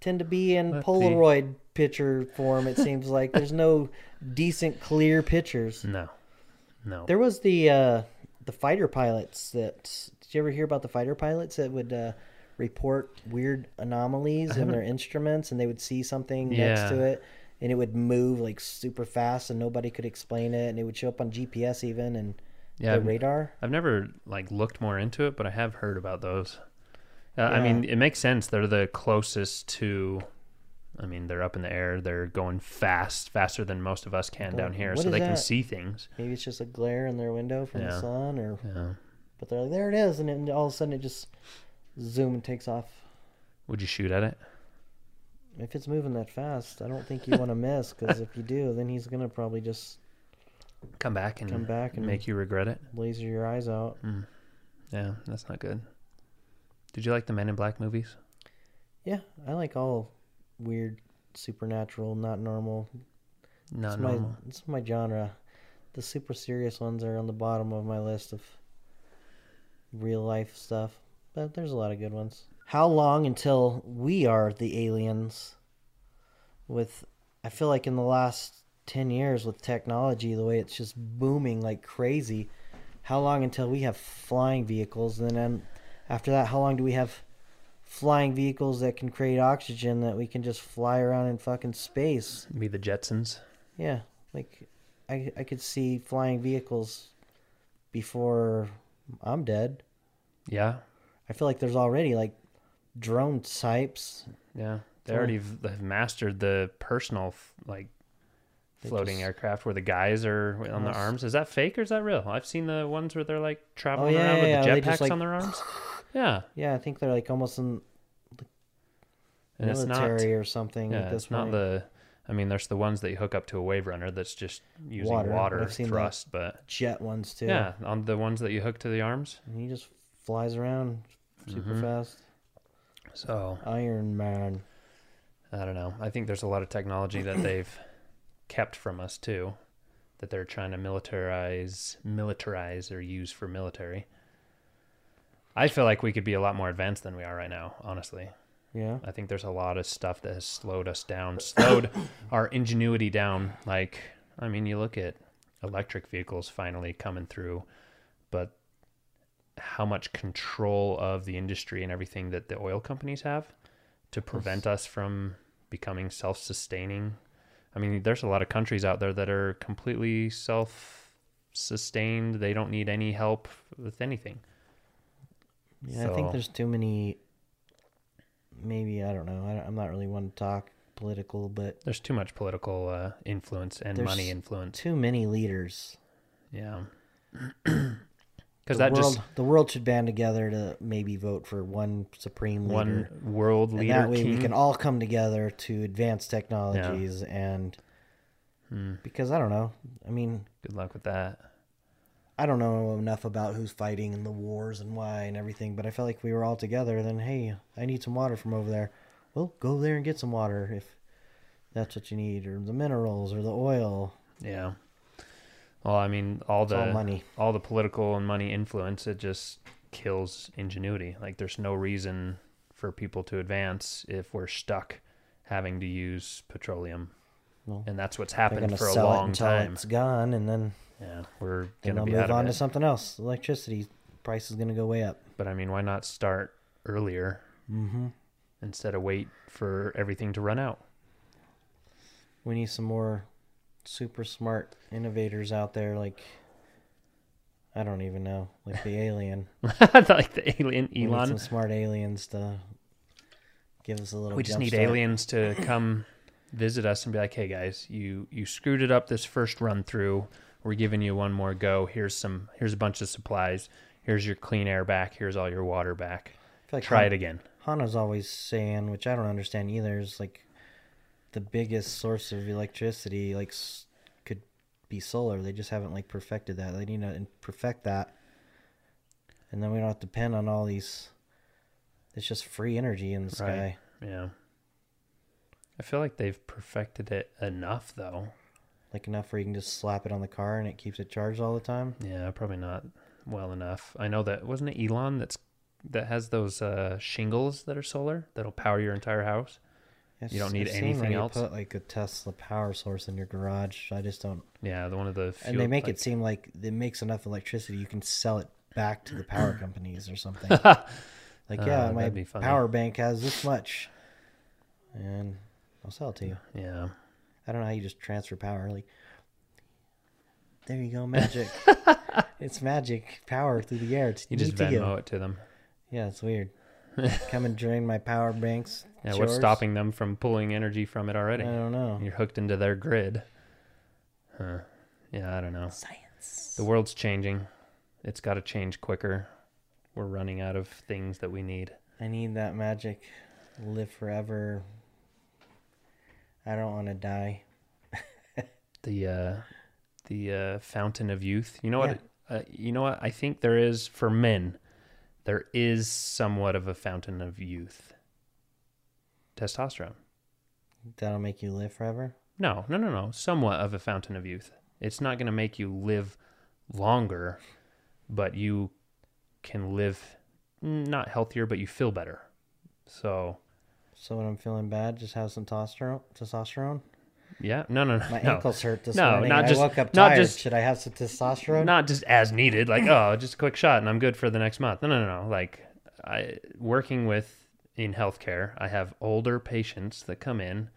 Speaker 1: tend to be in
Speaker 2: Let's see.
Speaker 1: Polaroid picture form. It seems like there's no decent clear pictures.
Speaker 2: No, no.
Speaker 1: There was the uh, the fighter pilots that did you ever hear about the fighter pilots that would uh, report weird anomalies in their instruments and they would see something next to
Speaker 2: Yeah.
Speaker 1: it and it would move like super fast and nobody could explain it and it would show up on GPS even and
Speaker 2: yeah,
Speaker 1: the
Speaker 2: I've,
Speaker 1: radar.
Speaker 2: I've never like looked more into it, but I have heard about those. Uh, I
Speaker 1: Yeah.
Speaker 2: mean, it makes sense. They're the closest to. I mean, they're up in the air. They're going fast, faster than most of us can down here,
Speaker 1: What
Speaker 2: so
Speaker 1: is
Speaker 2: they can
Speaker 1: that?
Speaker 2: see things.
Speaker 1: Maybe it's just a glare in their window from
Speaker 2: Yeah.
Speaker 1: the sun or
Speaker 2: Yeah.
Speaker 1: but they're like there it is and, it, and all of a sudden it just zoom and takes off.
Speaker 2: Would you shoot at it?
Speaker 1: If it's moving that fast, I don't think you want to miss because if you do, then he's gonna probably just
Speaker 2: Come back and
Speaker 1: Come back and-
Speaker 2: make you regret it.
Speaker 1: laser your eyes out.
Speaker 2: Yeah, that's not good. Did you like the Men in Black movies?
Speaker 1: Yeah, I like all weird, supernatural, not normal.
Speaker 2: Not
Speaker 1: It's my
Speaker 2: normal.
Speaker 1: it's my genre. The super serious ones are on the bottom of my list of real life stuff, but there's a lot of good ones. How long until we are the aliens? With I feel like in the last 10 years with technology, the way it's just booming like crazy, how long until we have flying vehicles and then after that how long do we have flying vehicles that can create oxygen that we can just fly around in fucking space?
Speaker 2: Be the Jetsons.
Speaker 1: Yeah, like I I could see flying vehicles before I'm dead.
Speaker 2: Yeah,
Speaker 1: I feel like there's already like drone types.
Speaker 2: yeah. They
Speaker 1: So-
Speaker 2: already v- have mastered the personal f- like
Speaker 1: They
Speaker 2: floating
Speaker 1: just-
Speaker 2: aircraft where the guys are w- on the
Speaker 1: Yes. Oh,
Speaker 2: arms. Is that fake or is that real? I've seen the ones where they're like traveling
Speaker 1: yeah,
Speaker 2: around
Speaker 1: yeah,
Speaker 2: with
Speaker 1: yeah,
Speaker 2: the
Speaker 1: they just,
Speaker 2: jetpacks
Speaker 1: like-
Speaker 2: on their arms. Yeah,
Speaker 1: Yeah, I think they're like almost in
Speaker 2: and it's not.
Speaker 1: military or something.
Speaker 2: Yeah,
Speaker 1: at this
Speaker 2: it's not
Speaker 1: point.
Speaker 2: the. I mean, there's the ones that you hook up to a wave runner that's just using
Speaker 1: Water,
Speaker 2: water,
Speaker 1: but I've seen that.
Speaker 2: thrust, but
Speaker 1: jet ones too.
Speaker 2: yeah, on the ones that you hook to the arms.
Speaker 1: and he just flies around super
Speaker 2: Mm-hmm.
Speaker 1: fast.
Speaker 2: So
Speaker 1: Iron Man.
Speaker 2: I don't know. I think there's a lot of technology that they've kept from us too, that they're trying to militarize, militarize or use for military. I feel like we could be a lot more advanced than we are right now, honestly.
Speaker 1: Yeah,
Speaker 2: I think there's a lot of stuff that has slowed us down, slowed our ingenuity down. Like, I mean, you look at electric vehicles finally coming through, but how much control of the industry and everything that the oil companies have to prevent us from becoming self sustaining. I mean, there's a lot of countries out there that are completely self sustained, they don't need any help with anything.
Speaker 1: yeah. I think
Speaker 2: So-
Speaker 1: there's too many. Maybe I don't know. I don't- I'm not really one to talk political, but
Speaker 2: There's too much political uh, influence and
Speaker 1: There's
Speaker 2: money influence.
Speaker 1: too many leaders.
Speaker 2: Yeah. Because
Speaker 1: the
Speaker 2: that
Speaker 1: world,
Speaker 2: just
Speaker 1: the world should band together to maybe vote for one supreme leader.
Speaker 2: one world
Speaker 1: and
Speaker 2: leader
Speaker 1: that way
Speaker 2: king.
Speaker 1: we can all come together to advance technologies and
Speaker 2: Hmm.
Speaker 1: because I don't know. I mean,
Speaker 2: Good luck with that.
Speaker 1: I don't know enough about who's fighting and the wars and why and everything, but I felt like we were all together then hey, I need some water from over there. Well, go there and get some water if that's what you need or the minerals or the oil.
Speaker 2: Yeah. Well, I mean, all the
Speaker 1: all money.
Speaker 2: all the political and money influence, it just kills ingenuity. Like, there's no reason for people to advance if we're stuck having to use petroleum,
Speaker 1: Well,
Speaker 2: and that's what's
Speaker 1: They're
Speaker 2: happened
Speaker 1: going to
Speaker 2: for a
Speaker 1: sell it
Speaker 2: long
Speaker 1: until
Speaker 2: time.
Speaker 1: it's gone and then
Speaker 2: Yeah, we're
Speaker 1: then
Speaker 2: gonna
Speaker 1: they'll
Speaker 2: be
Speaker 1: move
Speaker 2: out
Speaker 1: on
Speaker 2: of
Speaker 1: to
Speaker 2: it.
Speaker 1: something else. Electricity price is going to go way up.
Speaker 2: But I mean, why not start earlier
Speaker 1: Mm-hmm.
Speaker 2: instead of wait for everything to run out?
Speaker 1: we need some more super smart innovators out there like i don't even know like the alien
Speaker 2: I thought, like the alien
Speaker 1: we need
Speaker 2: Elon.
Speaker 1: some smart aliens to give us a little
Speaker 2: We just
Speaker 1: jump
Speaker 2: need
Speaker 1: start.
Speaker 2: aliens to come visit us and be like, "Hey guys, you you screwed it up this first run through. We're giving you one more go. Here's some here's a bunch of supplies. Here's your clean air back. Here's all your water back.
Speaker 1: I feel like
Speaker 2: Try
Speaker 1: Han-
Speaker 2: it again."
Speaker 1: hana's always saying which i don't understand either is like the biggest source of electricity like s- could be solar they just haven't like perfected that they need to perfect that and then we don't have to depend on all these It's just free energy in the sky.
Speaker 2: Yeah. I feel like they've perfected it enough, though.
Speaker 1: Like enough where you can just slap it on the car and it keeps it charged all the time.
Speaker 2: Yeah, probably not well enough. I know that wasn't it Elon that's that has those uh, shingles that are solar that'll power your entire house.
Speaker 1: It's-
Speaker 2: You don't need
Speaker 1: I've seen where
Speaker 2: anything
Speaker 1: you
Speaker 2: else?
Speaker 1: Put like a Tesla power source in your garage. I just don't.
Speaker 2: Yeah, the one of the fuel,
Speaker 1: and they make
Speaker 2: like-
Speaker 1: it seem like it makes enough electricity you can sell it back to the power companies or something. like yeah,
Speaker 2: Uh,
Speaker 1: my
Speaker 2: that'd be funny.
Speaker 1: power bank has this much, and I'll sell it to you.
Speaker 2: Yeah,
Speaker 1: I don't know how you just transfer power. Like, there you go, magic. it's magic power through the air. It's
Speaker 2: you just
Speaker 1: neat to go.
Speaker 2: Venmo it to them.
Speaker 1: Yeah, it's weird. Come and drain my power banks.
Speaker 2: Yeah,
Speaker 1: It's
Speaker 2: what's
Speaker 1: yours?
Speaker 2: stopping them from pulling energy from it
Speaker 1: I
Speaker 2: already?
Speaker 1: don't know.
Speaker 2: You're hooked into their grid. Huh. Yeah, I don't know.
Speaker 1: Science.
Speaker 2: The world's changing. It's got to change quicker. We're running out of things that we need.
Speaker 1: I need that magic. Live forever. I don't want to die.
Speaker 2: The uh, the uh, fountain of youth. You know what?
Speaker 1: Yeah.
Speaker 2: Uh, you know what? I think there is for men. There is somewhat of a fountain of youth. Testosterone.
Speaker 1: That'll make you live forever.
Speaker 2: No, no, no, no. Somewhat of a fountain of youth. It's not going to make you live longer, but you can live mm, not healthier, but you feel better. So,
Speaker 1: So when I'm feeling bad, just have some testosterone. Testosterone.
Speaker 2: yeah. No, no, no.
Speaker 1: My
Speaker 2: no.
Speaker 1: ankles hurt this
Speaker 2: No,
Speaker 1: morning.
Speaker 2: not
Speaker 1: and
Speaker 2: just-
Speaker 1: I woke up
Speaker 2: not
Speaker 1: tired.
Speaker 2: just-
Speaker 1: Should I have some testosterone?
Speaker 2: Not just as needed, like, oh, just a quick shot and I'm good for the next month. No, no, no. no. Like, I working with in healthcare, I have older patients that come in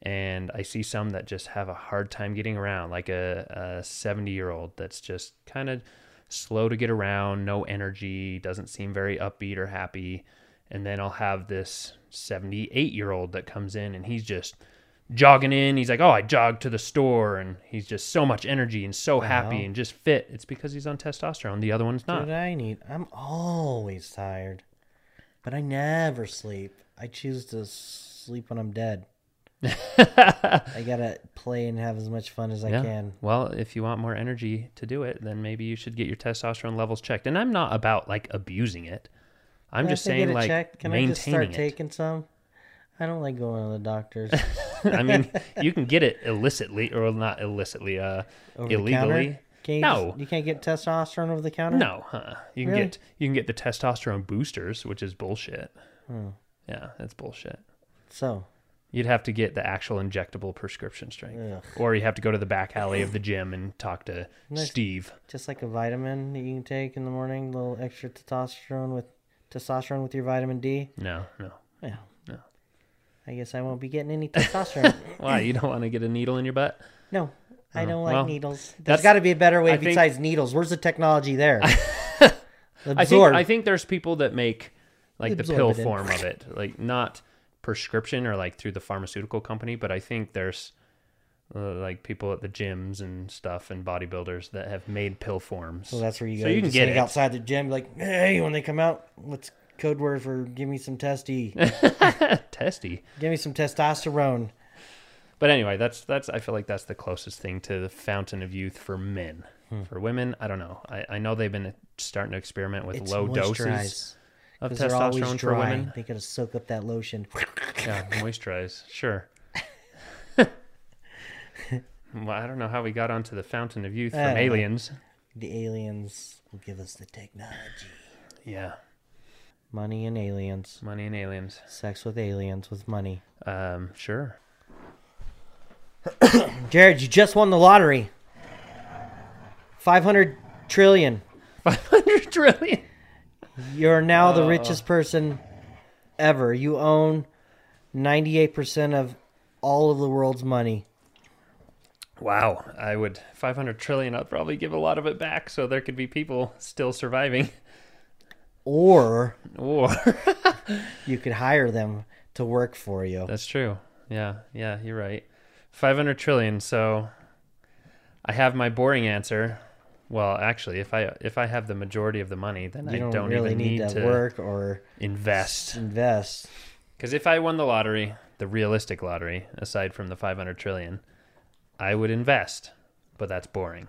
Speaker 2: and I see some that just have a hard time getting around, like a, a 70 year old that's just kind of slow to get around, no energy, doesn't seem very upbeat or happy. And then I'll have this 78 year old that comes in and he's just jogging in. He's like, Oh, I jogged to the store. And he's just so much energy and so happy and just fit. It's because he's on testosterone. The other one's not.
Speaker 1: What I need? I'm always tired, but I never sleep. I choose to sleep when I'm dead. I gotta play and have as much fun as I
Speaker 2: Yeah.
Speaker 1: can.
Speaker 2: Well, if you want more energy to do it, then maybe you should get your testosterone levels checked. And I'm not about like abusing it. I'm
Speaker 1: If
Speaker 2: just
Speaker 1: I
Speaker 2: saying
Speaker 1: get it
Speaker 2: like
Speaker 1: checked, can I
Speaker 2: maintaining
Speaker 1: just start
Speaker 2: it.
Speaker 1: taking some? I don't like going to the doctors.
Speaker 2: I mean, you can get it illicitly or not illicitly, uh,
Speaker 1: Over the counter?
Speaker 2: illegally.
Speaker 1: Can you
Speaker 2: No.
Speaker 1: just- you can't get testosterone over the counter.
Speaker 2: No, huh? You can
Speaker 1: Really?
Speaker 2: get you can get the testosterone boosters, which is bullshit.
Speaker 1: Hmm.
Speaker 2: Yeah, that's bullshit.
Speaker 1: So
Speaker 2: You'd have to get the actual injectable prescription strength,
Speaker 1: Ugh.
Speaker 2: or you have to go to the back alley of the gym and talk to
Speaker 1: Nice.
Speaker 2: Steve.
Speaker 1: just like a vitamin that you can take in the morning, a little extra testosterone with testosterone with your vitamin D.
Speaker 2: No, no.
Speaker 1: Yeah.
Speaker 2: No.
Speaker 1: I guess I won't be getting any testosterone.
Speaker 2: Why you don't want to get a needle in your butt?
Speaker 1: No, I
Speaker 2: Oh,
Speaker 1: don't like
Speaker 2: well,
Speaker 1: needles. There's
Speaker 2: that's-
Speaker 1: got to be a better way
Speaker 2: I think-
Speaker 1: besides needles. Where's the technology there?
Speaker 2: I think
Speaker 1: Absorb.
Speaker 2: I think there's people that make like the
Speaker 1: Absorb
Speaker 2: pill
Speaker 1: it in.
Speaker 2: form of it, like not prescription or like through the pharmaceutical company, but I think there's uh, like people at the gyms and stuff and bodybuilders that have made pill forms.
Speaker 1: so that's where you go.
Speaker 2: So you can
Speaker 1: just
Speaker 2: get
Speaker 1: hang
Speaker 2: it.
Speaker 1: outside the gym. be Like, hey, when they come out, what's code word for give me some testy,
Speaker 2: testy.
Speaker 1: give me some testosterone.
Speaker 2: But anyway, that's that's I feel like that's the closest thing to the fountain of youth for men.
Speaker 1: Hmm.
Speaker 2: For women, I don't know. I, I know they've been starting to experiment with low doses
Speaker 1: moisturize,
Speaker 2: of
Speaker 1: 'cause they're always
Speaker 2: testosterone for
Speaker 1: dry.
Speaker 2: women.
Speaker 1: They gotta soak up that lotion.
Speaker 2: Yeah, moisturize. Sure. well, I don't know how we got onto the Fountain of Youth
Speaker 1: I don't
Speaker 2: from
Speaker 1: know.
Speaker 2: Aliens.
Speaker 1: the aliens will give us the technology.
Speaker 2: Yeah,
Speaker 1: Money and aliens.
Speaker 2: money and aliens.
Speaker 1: Sex with aliens with money.
Speaker 2: Um, sure.
Speaker 1: Jared, you just won the lottery. Five hundred trillion.
Speaker 2: Five hundred trillion.
Speaker 1: You're now
Speaker 2: Uh.
Speaker 1: the richest person ever. You own 98% of all of the world's money.
Speaker 2: Wow, I would five hundred trillion. I'd probably give a lot of it back, so there could be people still surviving.
Speaker 1: Or
Speaker 2: Or
Speaker 1: you could hire them to work for you.
Speaker 2: that's true. Yeah, yeah, you're right. Five hundred trillion. So I have my boring answer. Well, actually, if I if I have the majority of the money, then
Speaker 1: You
Speaker 2: I
Speaker 1: don't,
Speaker 2: don't,
Speaker 1: really
Speaker 2: even
Speaker 1: need, to, work or
Speaker 2: invest.
Speaker 1: invest.
Speaker 2: Because if I won the lottery, the realistic lottery, aside from the 500 trillion, I would invest, but that's boring.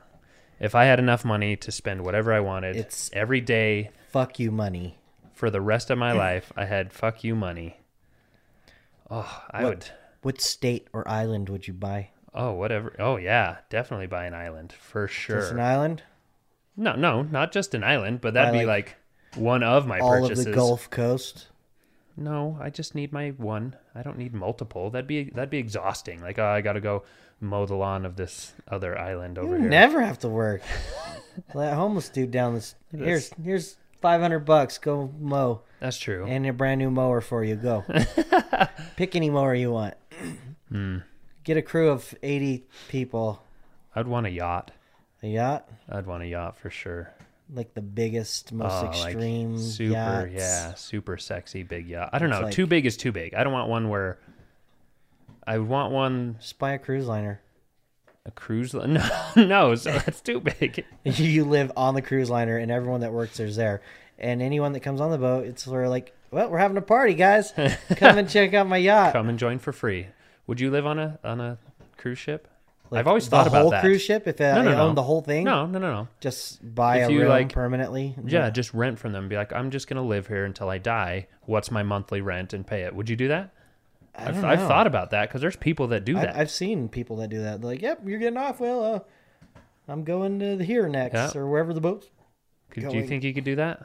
Speaker 2: If I had enough money to spend whatever I wanted
Speaker 1: It's-
Speaker 2: every day
Speaker 1: Fuck you, money.
Speaker 2: for the rest of my life, I had fuck you money. Oh, I
Speaker 1: What-
Speaker 2: would.
Speaker 1: What state or island would you buy?
Speaker 2: Oh, whatever. Oh, yeah, definitely buy an island for
Speaker 1: Just an
Speaker 2: sure.
Speaker 1: island?
Speaker 2: No, no, not just an island, but that'd
Speaker 1: Buy,
Speaker 2: be
Speaker 1: like,
Speaker 2: like one of my
Speaker 1: All
Speaker 2: purchases.
Speaker 1: of the Gulf Coast?
Speaker 2: No, I just need my one. I don't need multiple. That'd be that'd be exhausting. Like oh, I got to go mow the lawn of this other island over
Speaker 1: You
Speaker 2: here.
Speaker 1: never have to work. that homeless dude down this. Here's here's five hundred bucks. Go mow
Speaker 2: That's true.
Speaker 1: and a brand new mower for you. Go pick any mower you want.
Speaker 2: Hmm.
Speaker 1: Get a crew of eighty people.
Speaker 2: I'd want a yacht.
Speaker 1: A yacht,
Speaker 2: I'd want a yacht for sure.
Speaker 1: like the biggest, most
Speaker 2: Oh, like,
Speaker 1: extreme
Speaker 2: super,
Speaker 1: yachts.
Speaker 2: yeah, super sexy big yacht. I don't know.
Speaker 1: like-
Speaker 2: too big is too big. I don't want one where. I would want one
Speaker 1: Just buy a cruise liner.
Speaker 2: a cruise. Li- no, no, so that's too big.
Speaker 1: you live on the cruise liner, and everyone that works there's there, and anyone that comes on the boat, it's sort of like, well, we're having a party, guys. Come and check out my yacht.
Speaker 2: Come and join for free. Would you live on a on a cruise ship? I've
Speaker 1: Like,
Speaker 2: always thought
Speaker 1: the
Speaker 2: about
Speaker 1: whole
Speaker 2: that.
Speaker 1: cruise ship. If I
Speaker 2: no, no,
Speaker 1: owned
Speaker 2: no.
Speaker 1: the whole thing,
Speaker 2: No, no, no, no.
Speaker 1: just buy
Speaker 2: If
Speaker 1: a
Speaker 2: you,
Speaker 1: room
Speaker 2: like-
Speaker 1: permanently.
Speaker 2: Yeah, just rent from them. Be like, I'm just gonna live here until I die. What's my monthly rent and pay it? Would you do that?
Speaker 1: I
Speaker 2: I've,
Speaker 1: don't
Speaker 2: I've
Speaker 1: know.
Speaker 2: thought about that because there's people that do
Speaker 1: I-
Speaker 2: that.
Speaker 1: I've seen people that do that. They're like, "Yep, you're getting off. Well, uh, I'm going to the here next
Speaker 2: Yeah.
Speaker 1: or wherever the boat."
Speaker 2: could, do you
Speaker 1: going-
Speaker 2: think you could do that?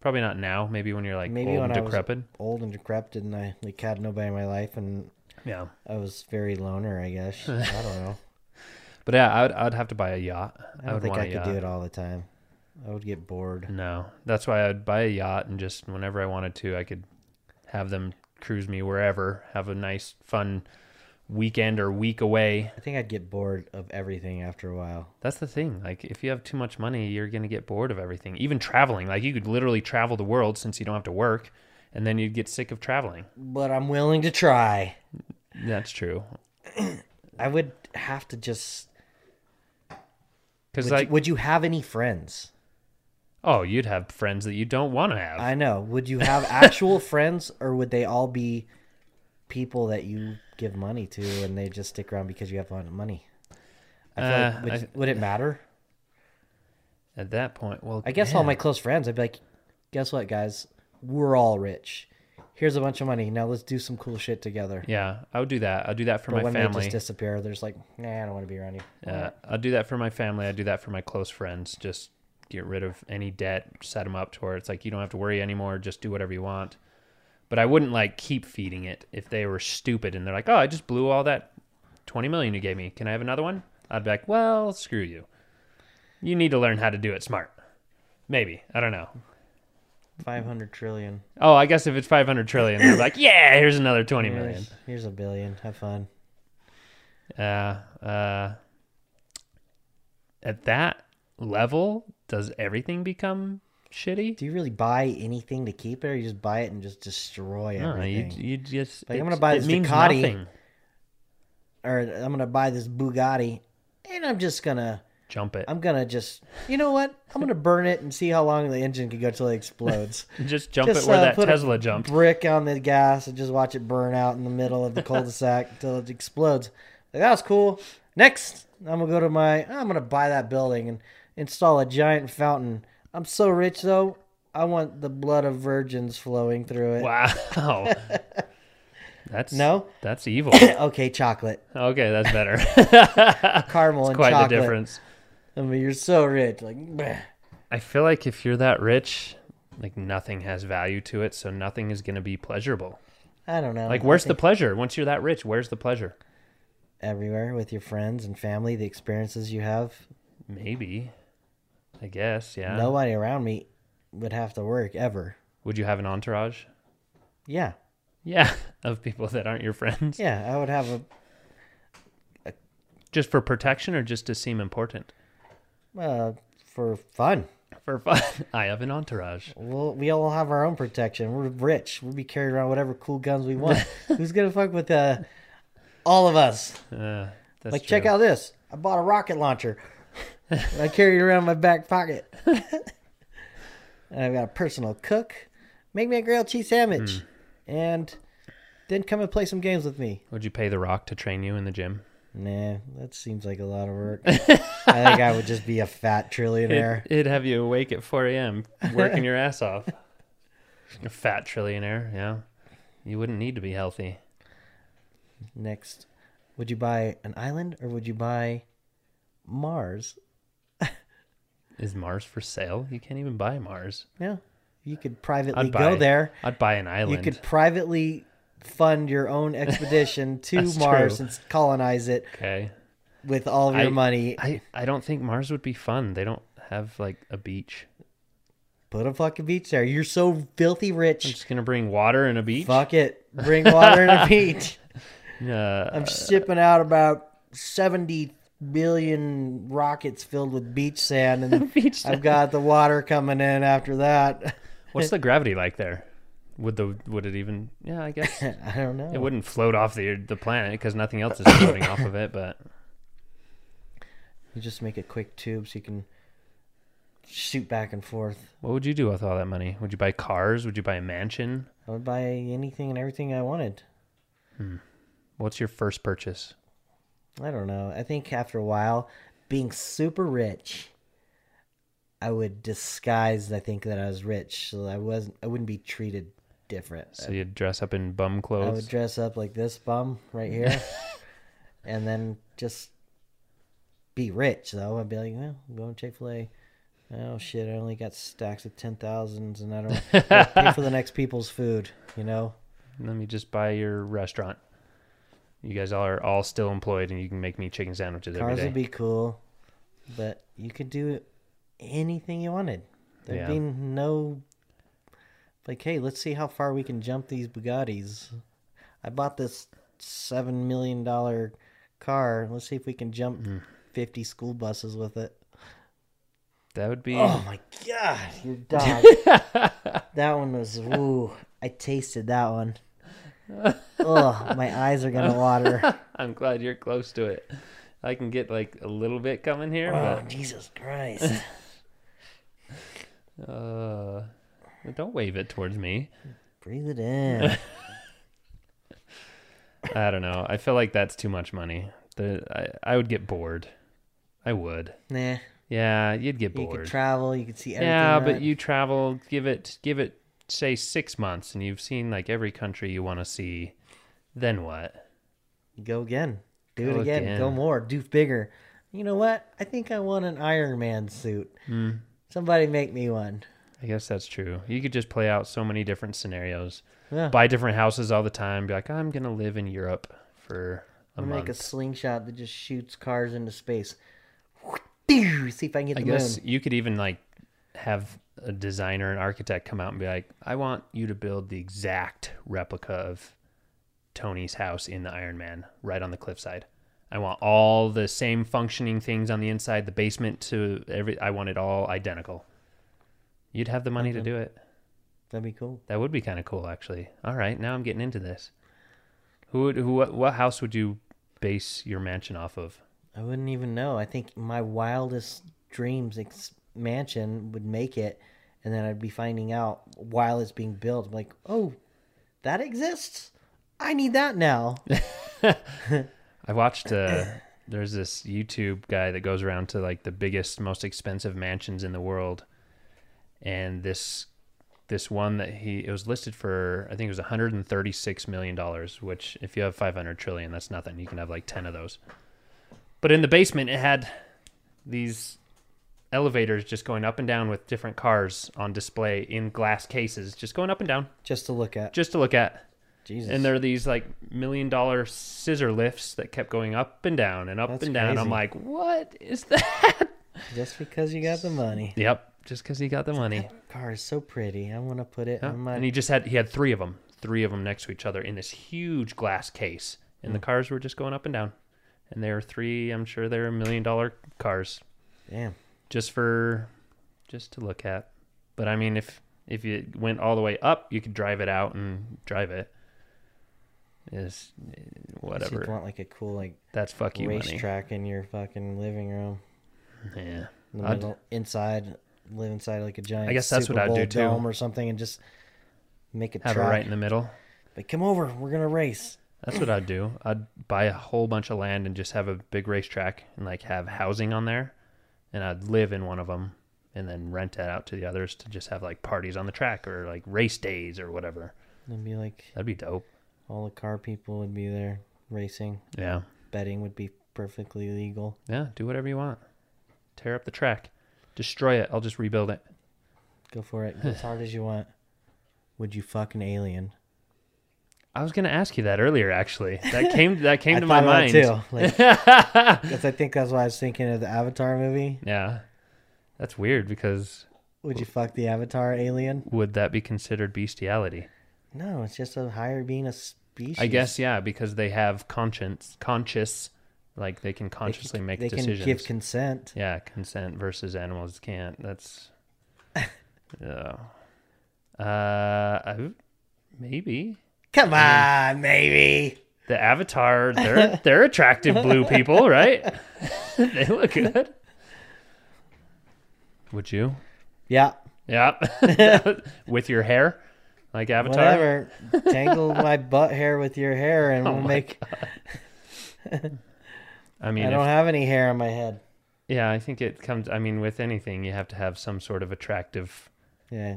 Speaker 2: Probably not now. Maybe when you're like
Speaker 1: Maybe
Speaker 2: old
Speaker 1: when
Speaker 2: and
Speaker 1: I was
Speaker 2: decrepit.
Speaker 1: old and decrepit, and I like had nobody in my life, and
Speaker 2: Yeah,
Speaker 1: I was very loner. I guess I don't know.
Speaker 2: but yeah, I'd I'd have to buy a yacht.
Speaker 1: I don't
Speaker 2: would
Speaker 1: think
Speaker 2: want
Speaker 1: I
Speaker 2: a
Speaker 1: could
Speaker 2: yacht.
Speaker 1: do it all the time. I would get bored.
Speaker 2: No, that's why I'd buy a yacht and just whenever I wanted to, I could have them cruise me wherever, have a nice fun weekend or week away.
Speaker 1: I think I'd get bored of everything after a while.
Speaker 2: That's the thing. Like if you have too much money, you're going to get bored of everything. Even traveling, like you could literally travel the world since you don't have to work, and then you'd get sick of traveling.
Speaker 1: But I'm willing to try.
Speaker 2: That's true.
Speaker 1: I would have to just.
Speaker 2: Cuz
Speaker 1: Would,
Speaker 2: like
Speaker 1: you, would you have any friends?
Speaker 2: oh, you'd have friends that you don't want to have.
Speaker 1: I know. Would you have actual friends, or would they all be people that you give money to, and they just stick around because you have a lot of money? I feel
Speaker 2: Uh,
Speaker 1: like, would,
Speaker 2: I-
Speaker 1: you- would it matter?
Speaker 2: At that point, well,
Speaker 1: I guess all
Speaker 2: yeah.
Speaker 1: my close friends, I'd be like, guess what, guys? We're all rich. Here's a bunch of money. Now let's do some cool shit together.
Speaker 2: Yeah, I would do that. I'd do that for
Speaker 1: but
Speaker 2: my
Speaker 1: when they
Speaker 2: family.
Speaker 1: just disappear, they're just like, nah, I don't want to be around you.
Speaker 2: Uh, I'll do that for my family. I do that for my close friends. Just get rid of any debt, set them up to where it's like you don't have to worry anymore. Just do whatever you want. But I wouldn't like keep feeding it if they were stupid and they're like, "Oh, I just blew all that twenty million you gave me. Can I have another one?" I'd be like, "Well, screw you. You need to learn how to do it smart. Maybe I don't know.
Speaker 1: 500 trillion.
Speaker 2: Oh, I guess if it's five hundred trillion, they're like, "Yeah, here's another twenty million.
Speaker 1: Here's, here's a billion. Have fun.
Speaker 2: uh, uh, at that level, does everything become shitty?
Speaker 1: Do you really buy anything to keep it, or you just buy it and just destroy
Speaker 2: No, you,
Speaker 1: everything?
Speaker 2: you just
Speaker 1: Like, I'm
Speaker 2: it's-
Speaker 1: gonna buy
Speaker 2: it
Speaker 1: this
Speaker 2: means
Speaker 1: Ducati.
Speaker 2: nothing.
Speaker 1: or I'm gonna buy this Bugatti, and I'm just gonna,
Speaker 2: Jump it.
Speaker 1: I'm gonna just, you know what? I'm gonna burn it and see how long the engine can go till it explodes.
Speaker 2: just jump
Speaker 1: just
Speaker 2: it where
Speaker 1: uh,
Speaker 2: that
Speaker 1: put a
Speaker 2: Tesla jumped.
Speaker 1: Brick on the gas and just watch it burn out in the middle of the cul-de-sac until it explodes. Like, that was cool. Next, I'm gonna go to my, I'm gonna buy that building and install a giant fountain. I'm so rich though. I want the blood of virgins flowing through it.
Speaker 2: Wow. That's
Speaker 1: No?
Speaker 2: That's evil.
Speaker 1: Okay, chocolate,
Speaker 2: okay, that's better.
Speaker 1: caramel, and
Speaker 2: Quite
Speaker 1: chocolate.
Speaker 2: the difference.
Speaker 1: I mean, you're so rich. Like, bleh.
Speaker 2: I feel like if you're that rich, like nothing has value to it, so nothing is going to be pleasurable.
Speaker 1: I don't know.
Speaker 2: Like,
Speaker 1: I
Speaker 2: where's
Speaker 1: think-
Speaker 2: the pleasure? Once you're that rich, where's the pleasure?
Speaker 1: everywhere with your friends and family, the experiences you have.
Speaker 2: Maybe. I guess, yeah.
Speaker 1: Nobody around me would have to work ever.
Speaker 2: Would you have an entourage?
Speaker 1: Yeah.
Speaker 2: Yeah, of people that aren't your friends.
Speaker 1: Yeah, I would have a
Speaker 2: Just for protection or just to seem important?
Speaker 1: uh, for fun.
Speaker 2: For fun. I have an entourage.
Speaker 1: We'll, we all have our own protection. We're rich. We'll be carrying around whatever cool guns we want. Who's gonna fuck with uh, all of us?
Speaker 2: Uh, that's
Speaker 1: like, check
Speaker 2: true.
Speaker 1: out this. I bought a rocket launcher. And I carry it around in my back pocket. and I've got a personal cook. Make me a grilled cheese sandwich,
Speaker 2: Hmm.
Speaker 1: and then come and play some games with me.
Speaker 2: Would you pay The Rock to train you in the gym?
Speaker 1: Nah, that seems like a lot of work. I think I would just be a fat trillionaire.
Speaker 2: It'd have you awake at 4 a.m. working your ass off. A fat trillionaire, yeah. You wouldn't need to be healthy.
Speaker 1: Next, would you buy an island or would you buy Mars?
Speaker 2: Is Mars for sale? You can't even buy Mars.
Speaker 1: Yeah, you could privately
Speaker 2: I'd
Speaker 1: go
Speaker 2: buy-
Speaker 1: there.
Speaker 2: I'd buy an island.
Speaker 1: You could privately fund your own expedition to
Speaker 2: That's
Speaker 1: Mars
Speaker 2: true.
Speaker 1: and colonize it
Speaker 2: okay.
Speaker 1: with all of your
Speaker 2: I-
Speaker 1: money.
Speaker 2: I, I don't think Mars would be fun. They don't have like a beach.
Speaker 1: Put a fucking beach there. You're so filthy
Speaker 2: I'm
Speaker 1: rich.
Speaker 2: just gonna bring water and a beach.
Speaker 1: Fuck it. Bring water and a beach.
Speaker 2: Uh,
Speaker 1: I'm shipping out about 70 billion rockets filled with beach sand, and
Speaker 2: Beach
Speaker 1: I've got the water coming in after that.
Speaker 2: what's the gravity like there? Would the would it even? Yeah, I guess
Speaker 1: I don't know.
Speaker 2: it wouldn't float off the the planet because nothing else is floating off of it. But
Speaker 1: You just make a quick tube so you can shoot back and forth.
Speaker 2: what would you do with all that money? Would you buy cars? Would you buy a mansion?
Speaker 1: I would buy anything and everything I wanted.
Speaker 2: What's your first purchase?
Speaker 1: I don't know. I think after a while, being super rich, I would disguise. I think that I was rich, so I wasn't. I wouldn't be treated different.
Speaker 2: So you'd dress up in bum
Speaker 1: I
Speaker 2: clothes.
Speaker 1: would dress up like this bum right here, and then just be rich. Though I'd be like, well, I'm going to Chick Fil A. Oh shit! I only got stacks of ten thousands, and I don't I pay for the next people's food. You know,
Speaker 2: Let me just buy your restaurant. You guys all are all still employed, and you can make me chicken sandwiches every
Speaker 1: cars
Speaker 2: day.
Speaker 1: would be cool, but you could do anything you wanted. There'd
Speaker 2: Yeah.
Speaker 1: be no like, hey, let's see how far we can jump these Bugattis. I bought this seven million dollar car. Let's see if we can jump
Speaker 2: Hmm.
Speaker 1: fifty school buses with it.
Speaker 2: that would be.
Speaker 1: Oh my god, your dog. that one was ooh. I tasted that one. Ugh, my eyes are gonna water.
Speaker 2: I'm glad you're close to it. I can get like a little bit coming here,
Speaker 1: Oh Jesus Christ.
Speaker 2: but uh, don't wave it towards me.
Speaker 1: Breathe it in.
Speaker 2: I don't know. I feel like that's too much money. The I, I would get bored. I would.
Speaker 1: nah.
Speaker 2: Yeah, you'd get
Speaker 1: You
Speaker 2: bored.
Speaker 1: could travel. You could see everything.
Speaker 2: yeah,
Speaker 1: right?
Speaker 2: but you travel. Give it. Give it. Say six months, and you've seen like every country you want to see. Then what?
Speaker 1: go again. Do
Speaker 2: Go
Speaker 1: it again. Go
Speaker 2: again.
Speaker 1: more. Do bigger. You know what? I think I want an Iron Man suit.
Speaker 2: Hmm.
Speaker 1: Somebody make me one.
Speaker 2: I guess that's true. You could just play out so many different scenarios.
Speaker 1: Yeah.
Speaker 2: Buy different houses all the time. Be like, I'm gonna live in Europe for a
Speaker 1: I'm gonna
Speaker 2: month.
Speaker 1: make a slingshot that just shoots cars into space. See if I can get
Speaker 2: I
Speaker 1: the
Speaker 2: guess
Speaker 1: moon.
Speaker 2: you could even like have a designer and architect come out and be like, "I want you to build the exact replica of Tony's house in the Iron Man, right on the cliffside. I want all the same functioning things on the inside, the basement to every. I want it all identical. You'd have the money to do it.
Speaker 1: That'd be cool.
Speaker 2: That would be kind of cool, actually. All right, now I'm getting into this. Who would who? What, what house would you base your mansion off of?
Speaker 1: I wouldn't even know. I think my wildest dreams ex- mansion would make it, and then I'd be finding out while it's being built. I'm like, oh, that exists. I need that now.
Speaker 2: I watched uh there's this YouTube guy that goes around to like the biggest, most expensive mansions in the world. And this this one that he it was listed for I think it was 136 million dollars, which if you have 500 trillion, that's nothing. You can have like 10 of those. But in the basement it had these elevators just going up and down with different cars on display in glass cases, just going up and down
Speaker 1: just to look at.
Speaker 2: just to look at.
Speaker 1: Jesus.
Speaker 2: And there are these like million dollar scissor lifts that kept going up and down and up
Speaker 1: That's
Speaker 2: and down.
Speaker 1: crazy.
Speaker 2: I'm like, what is that?
Speaker 1: Just because you got the money.
Speaker 2: yep, just because he got the money.
Speaker 1: Car is so pretty. I want to put it
Speaker 2: Yeah.
Speaker 1: on my.
Speaker 2: And he just had he had three of them, three of them next to each other in this huge glass case, and the cars were just going up and down. And they were three, I'm sure they were million dollar cars
Speaker 1: Damn.
Speaker 2: just for just to look at. But I mean, if if you went all the way up, you could drive it out and drive it. Is
Speaker 1: Unless you'd
Speaker 2: whatever.
Speaker 1: want like a cool like
Speaker 2: That's fuck you money.
Speaker 1: racetrack in your fucking living room.
Speaker 2: Yeah.
Speaker 1: In the
Speaker 2: I'd-
Speaker 1: middle, inside, live inside like a giant.
Speaker 2: I guess that's
Speaker 1: Super
Speaker 2: what I'd
Speaker 1: Bowl
Speaker 2: do, too.
Speaker 1: Dome or something, and just make a
Speaker 2: have
Speaker 1: track.
Speaker 2: it right in the middle.
Speaker 1: But come over, we're gonna race.
Speaker 2: That's what I'd do. I'd buy a whole bunch of land and just have a big racetrack and like have housing on there, and I'd live in one of them and then rent that out to the others to just have like parties on the track or like race days or whatever.
Speaker 1: It'd be like
Speaker 2: That'd be dope.
Speaker 1: all the car people would be there racing.
Speaker 2: Yeah.
Speaker 1: Betting would be perfectly legal.
Speaker 2: Yeah. Do whatever you want. Tear up the track. Destroy it. I'll just rebuild it.
Speaker 1: Go for it. Go as hard as you want. Would you fuck an alien?
Speaker 2: I was gonna ask you that earlier actually. That came that came
Speaker 1: I
Speaker 2: to my
Speaker 1: thought
Speaker 2: mind.
Speaker 1: about it too. Like, 'cause I think that's why I was thinking of the Avatar movie.
Speaker 2: Yeah. That's weird because
Speaker 1: Would you fuck the Avatar alien?
Speaker 2: would that be considered bestiality?
Speaker 1: No, it's just a higher being a species.
Speaker 2: I guess yeah, because they have conscience, conscious, like they can
Speaker 1: They can-
Speaker 2: consciously make
Speaker 1: they
Speaker 2: decisions.
Speaker 1: can give consent.
Speaker 2: yeah, consent versus animals can't. That's yeah. Uh, I, maybe
Speaker 1: Come on, maybe.
Speaker 2: the Avatar. They're they're attractive blue people, right? they look good. Would you?
Speaker 1: Yeah,
Speaker 2: Yeah, with your hair, like Avatar. Oh
Speaker 1: whatever. Tangle my butt hair with your hair, and we'll
Speaker 2: my
Speaker 1: make.
Speaker 2: I
Speaker 1: I,
Speaker 2: mean, if
Speaker 1: don't have any hair on my head.
Speaker 2: Yeah, I think it comes. I mean, with anything, you have to have some sort of attractive
Speaker 1: Yeah,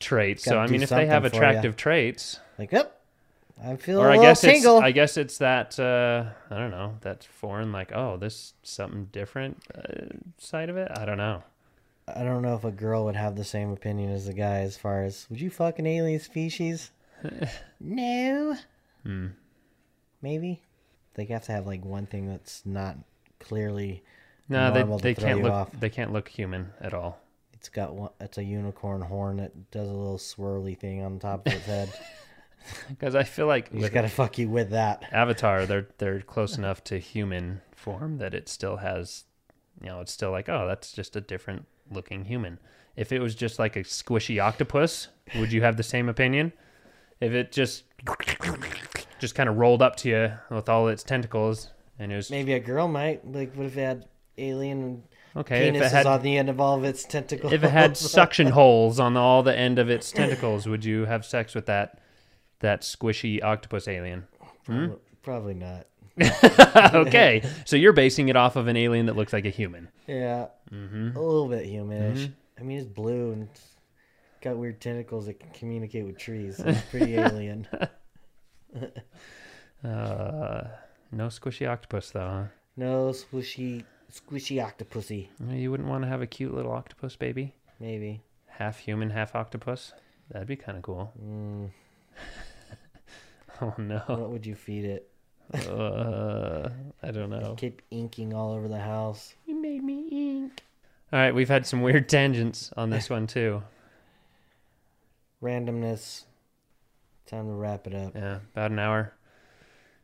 Speaker 2: trait. So
Speaker 1: Gotta
Speaker 2: I
Speaker 1: do
Speaker 2: mean, if they have
Speaker 1: something for ya.
Speaker 2: attractive traits,
Speaker 1: like up. I feel
Speaker 2: or
Speaker 1: a
Speaker 2: I
Speaker 1: little
Speaker 2: guess
Speaker 1: tingle.
Speaker 2: it's I guess it's that uh, I don't know that foreign like oh this something different uh, side of it. I don't know.
Speaker 1: I don't know if a girl would have the same opinion as a guy as far as would you fuck an alien species? no.
Speaker 2: Hmm.
Speaker 1: Maybe. They have to have like one thing that's not clearly
Speaker 2: No,
Speaker 1: Normal to
Speaker 2: they, they
Speaker 1: throw
Speaker 2: can't
Speaker 1: you
Speaker 2: look
Speaker 1: off.
Speaker 2: they can't look human at all.
Speaker 1: it's got one it's a unicorn horn that does a little swirly thing on top of its head.
Speaker 2: Because I feel like
Speaker 1: You just
Speaker 2: with
Speaker 1: gotta fuck you with that.
Speaker 2: Avatar, they're they're close enough to human form that it still has, you know, it's still like oh that's just a different looking human. If it was just like a squishy octopus, would you have the same opinion? If it just just kind of rolled up to you with all its tentacles and it was
Speaker 1: Maybe a girl might. Like what if it had alien
Speaker 2: okay if
Speaker 1: penises
Speaker 2: it had
Speaker 1: on the end of all of its tentacles?
Speaker 2: if it had suction holes on all the end of its tentacles, would you have sex with that that squishy octopus alien? hmm?
Speaker 1: Prob- probably not.
Speaker 2: okay, so you're basing it off of an alien that looks like a human.
Speaker 1: Yeah.
Speaker 2: Mm-hmm.
Speaker 1: A little bit humanish. I mean, it's blue and it's got weird tentacles that can communicate with trees. so it's pretty alien.
Speaker 2: Uh, no squishy octopus though.
Speaker 1: No squishy, squishy octopusy.
Speaker 2: Huh? You wouldn't want to have a cute little octopus baby,
Speaker 1: Maybe.
Speaker 2: half human, half octopus. That'd be kind of cool.
Speaker 1: Mm,
Speaker 2: Oh no,
Speaker 1: What would you feed it?
Speaker 2: uh, I don't know.
Speaker 1: Keep inking all over the house.
Speaker 2: You made me ink. All right, we've had some weird tangents on this one too.
Speaker 1: Randomness. Time to wrap it up.
Speaker 2: Yeah, about an hour.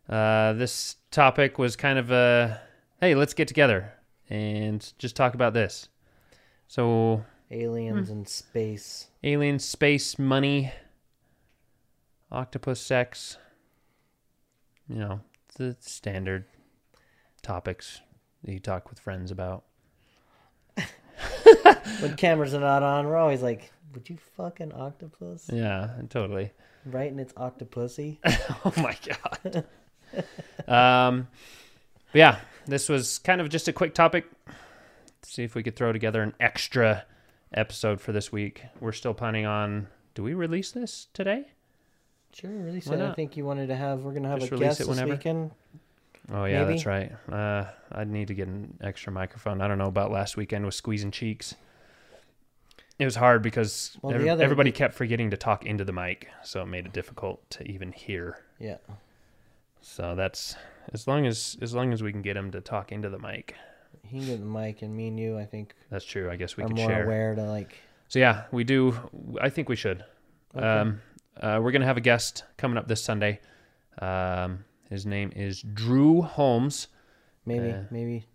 Speaker 2: Uh, this topic was kind of a hey, let's get together and just talk about this. So
Speaker 1: Aliens
Speaker 2: Hmm.
Speaker 1: in space.
Speaker 2: alien space money octopus sex you know the standard topics that you talk with friends about
Speaker 1: When cameras are not on, we're always like, would you fuck an octopus?
Speaker 2: yeah totally
Speaker 1: Right in its octopussy?
Speaker 2: oh my god um but yeah this was kind of just a quick topic see if we could throw together an extra episode for this week we're still planning on do we release this today
Speaker 1: Sure, release
Speaker 2: Why
Speaker 1: it. I
Speaker 2: not?
Speaker 1: think you wanted to have, we're going to have
Speaker 2: Just
Speaker 1: a
Speaker 2: release
Speaker 1: guest
Speaker 2: it
Speaker 1: this
Speaker 2: whenever.
Speaker 1: weekend.
Speaker 2: Oh yeah, that's
Speaker 1: maybe.
Speaker 2: right. Uh, I'd need to get an extra microphone. I don't know about last weekend with squeezing cheeks. It was hard because
Speaker 1: Well, the
Speaker 2: every-
Speaker 1: other-
Speaker 2: everybody kept forgetting to talk into the mic, so it made it difficult to even hear.
Speaker 1: Yeah.
Speaker 2: So that's as long as as long as we can get him to talk into the mic.
Speaker 1: He can get the mic, and me and you, I think,
Speaker 2: That's true. I guess we
Speaker 1: are
Speaker 2: can
Speaker 1: more
Speaker 2: share.
Speaker 1: aware to like.
Speaker 2: So yeah, we do. I think we should. Um, uh, we're gonna have a guest coming up this Sunday. Um, his name is Drew Holmes.
Speaker 1: Maybe,
Speaker 2: Yeah.
Speaker 1: maybe,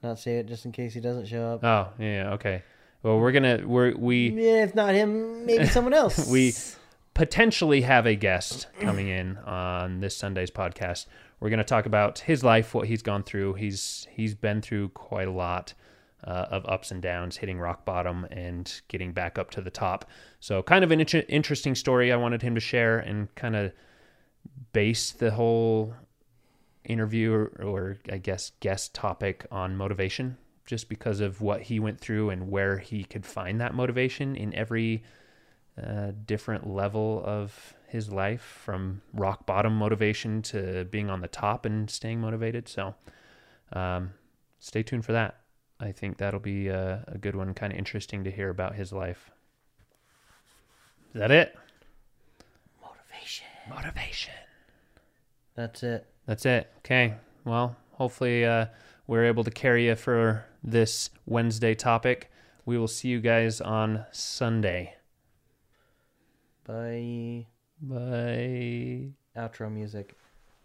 Speaker 1: not say it just in case he doesn't show up.
Speaker 2: Oh yeah, okay. Well, we're gonna we're we.
Speaker 1: yeah, if not him, maybe someone else.
Speaker 2: We- potentially have a guest coming in on this Sunday's podcast. We're going to talk about his life, what he's gone through. He's he's been through quite a lot uh, of ups and downs, hitting rock bottom and getting back up to the top. So, kind of an inter- interesting story. I wanted him to share and kind of base the whole interview or, or I guess guest topic on motivation. just because of what he went through and where he could find that motivation in every uh, different level of his life from rock bottom motivation to being on the top and staying motivated. So um, stay tuned for that. I think that'll be a, a good one, kind of interesting to hear about his life. Is that it?
Speaker 1: Motivation.
Speaker 2: Motivation.
Speaker 1: That's it.
Speaker 2: That's it. Okay. Well, hopefully uh, we're able to carry you for this Wednesday topic. We will see you guys on Sunday.
Speaker 1: Bye.
Speaker 2: Bye.
Speaker 1: Outro music.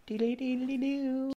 Speaker 1: Dee dee dee dee doo.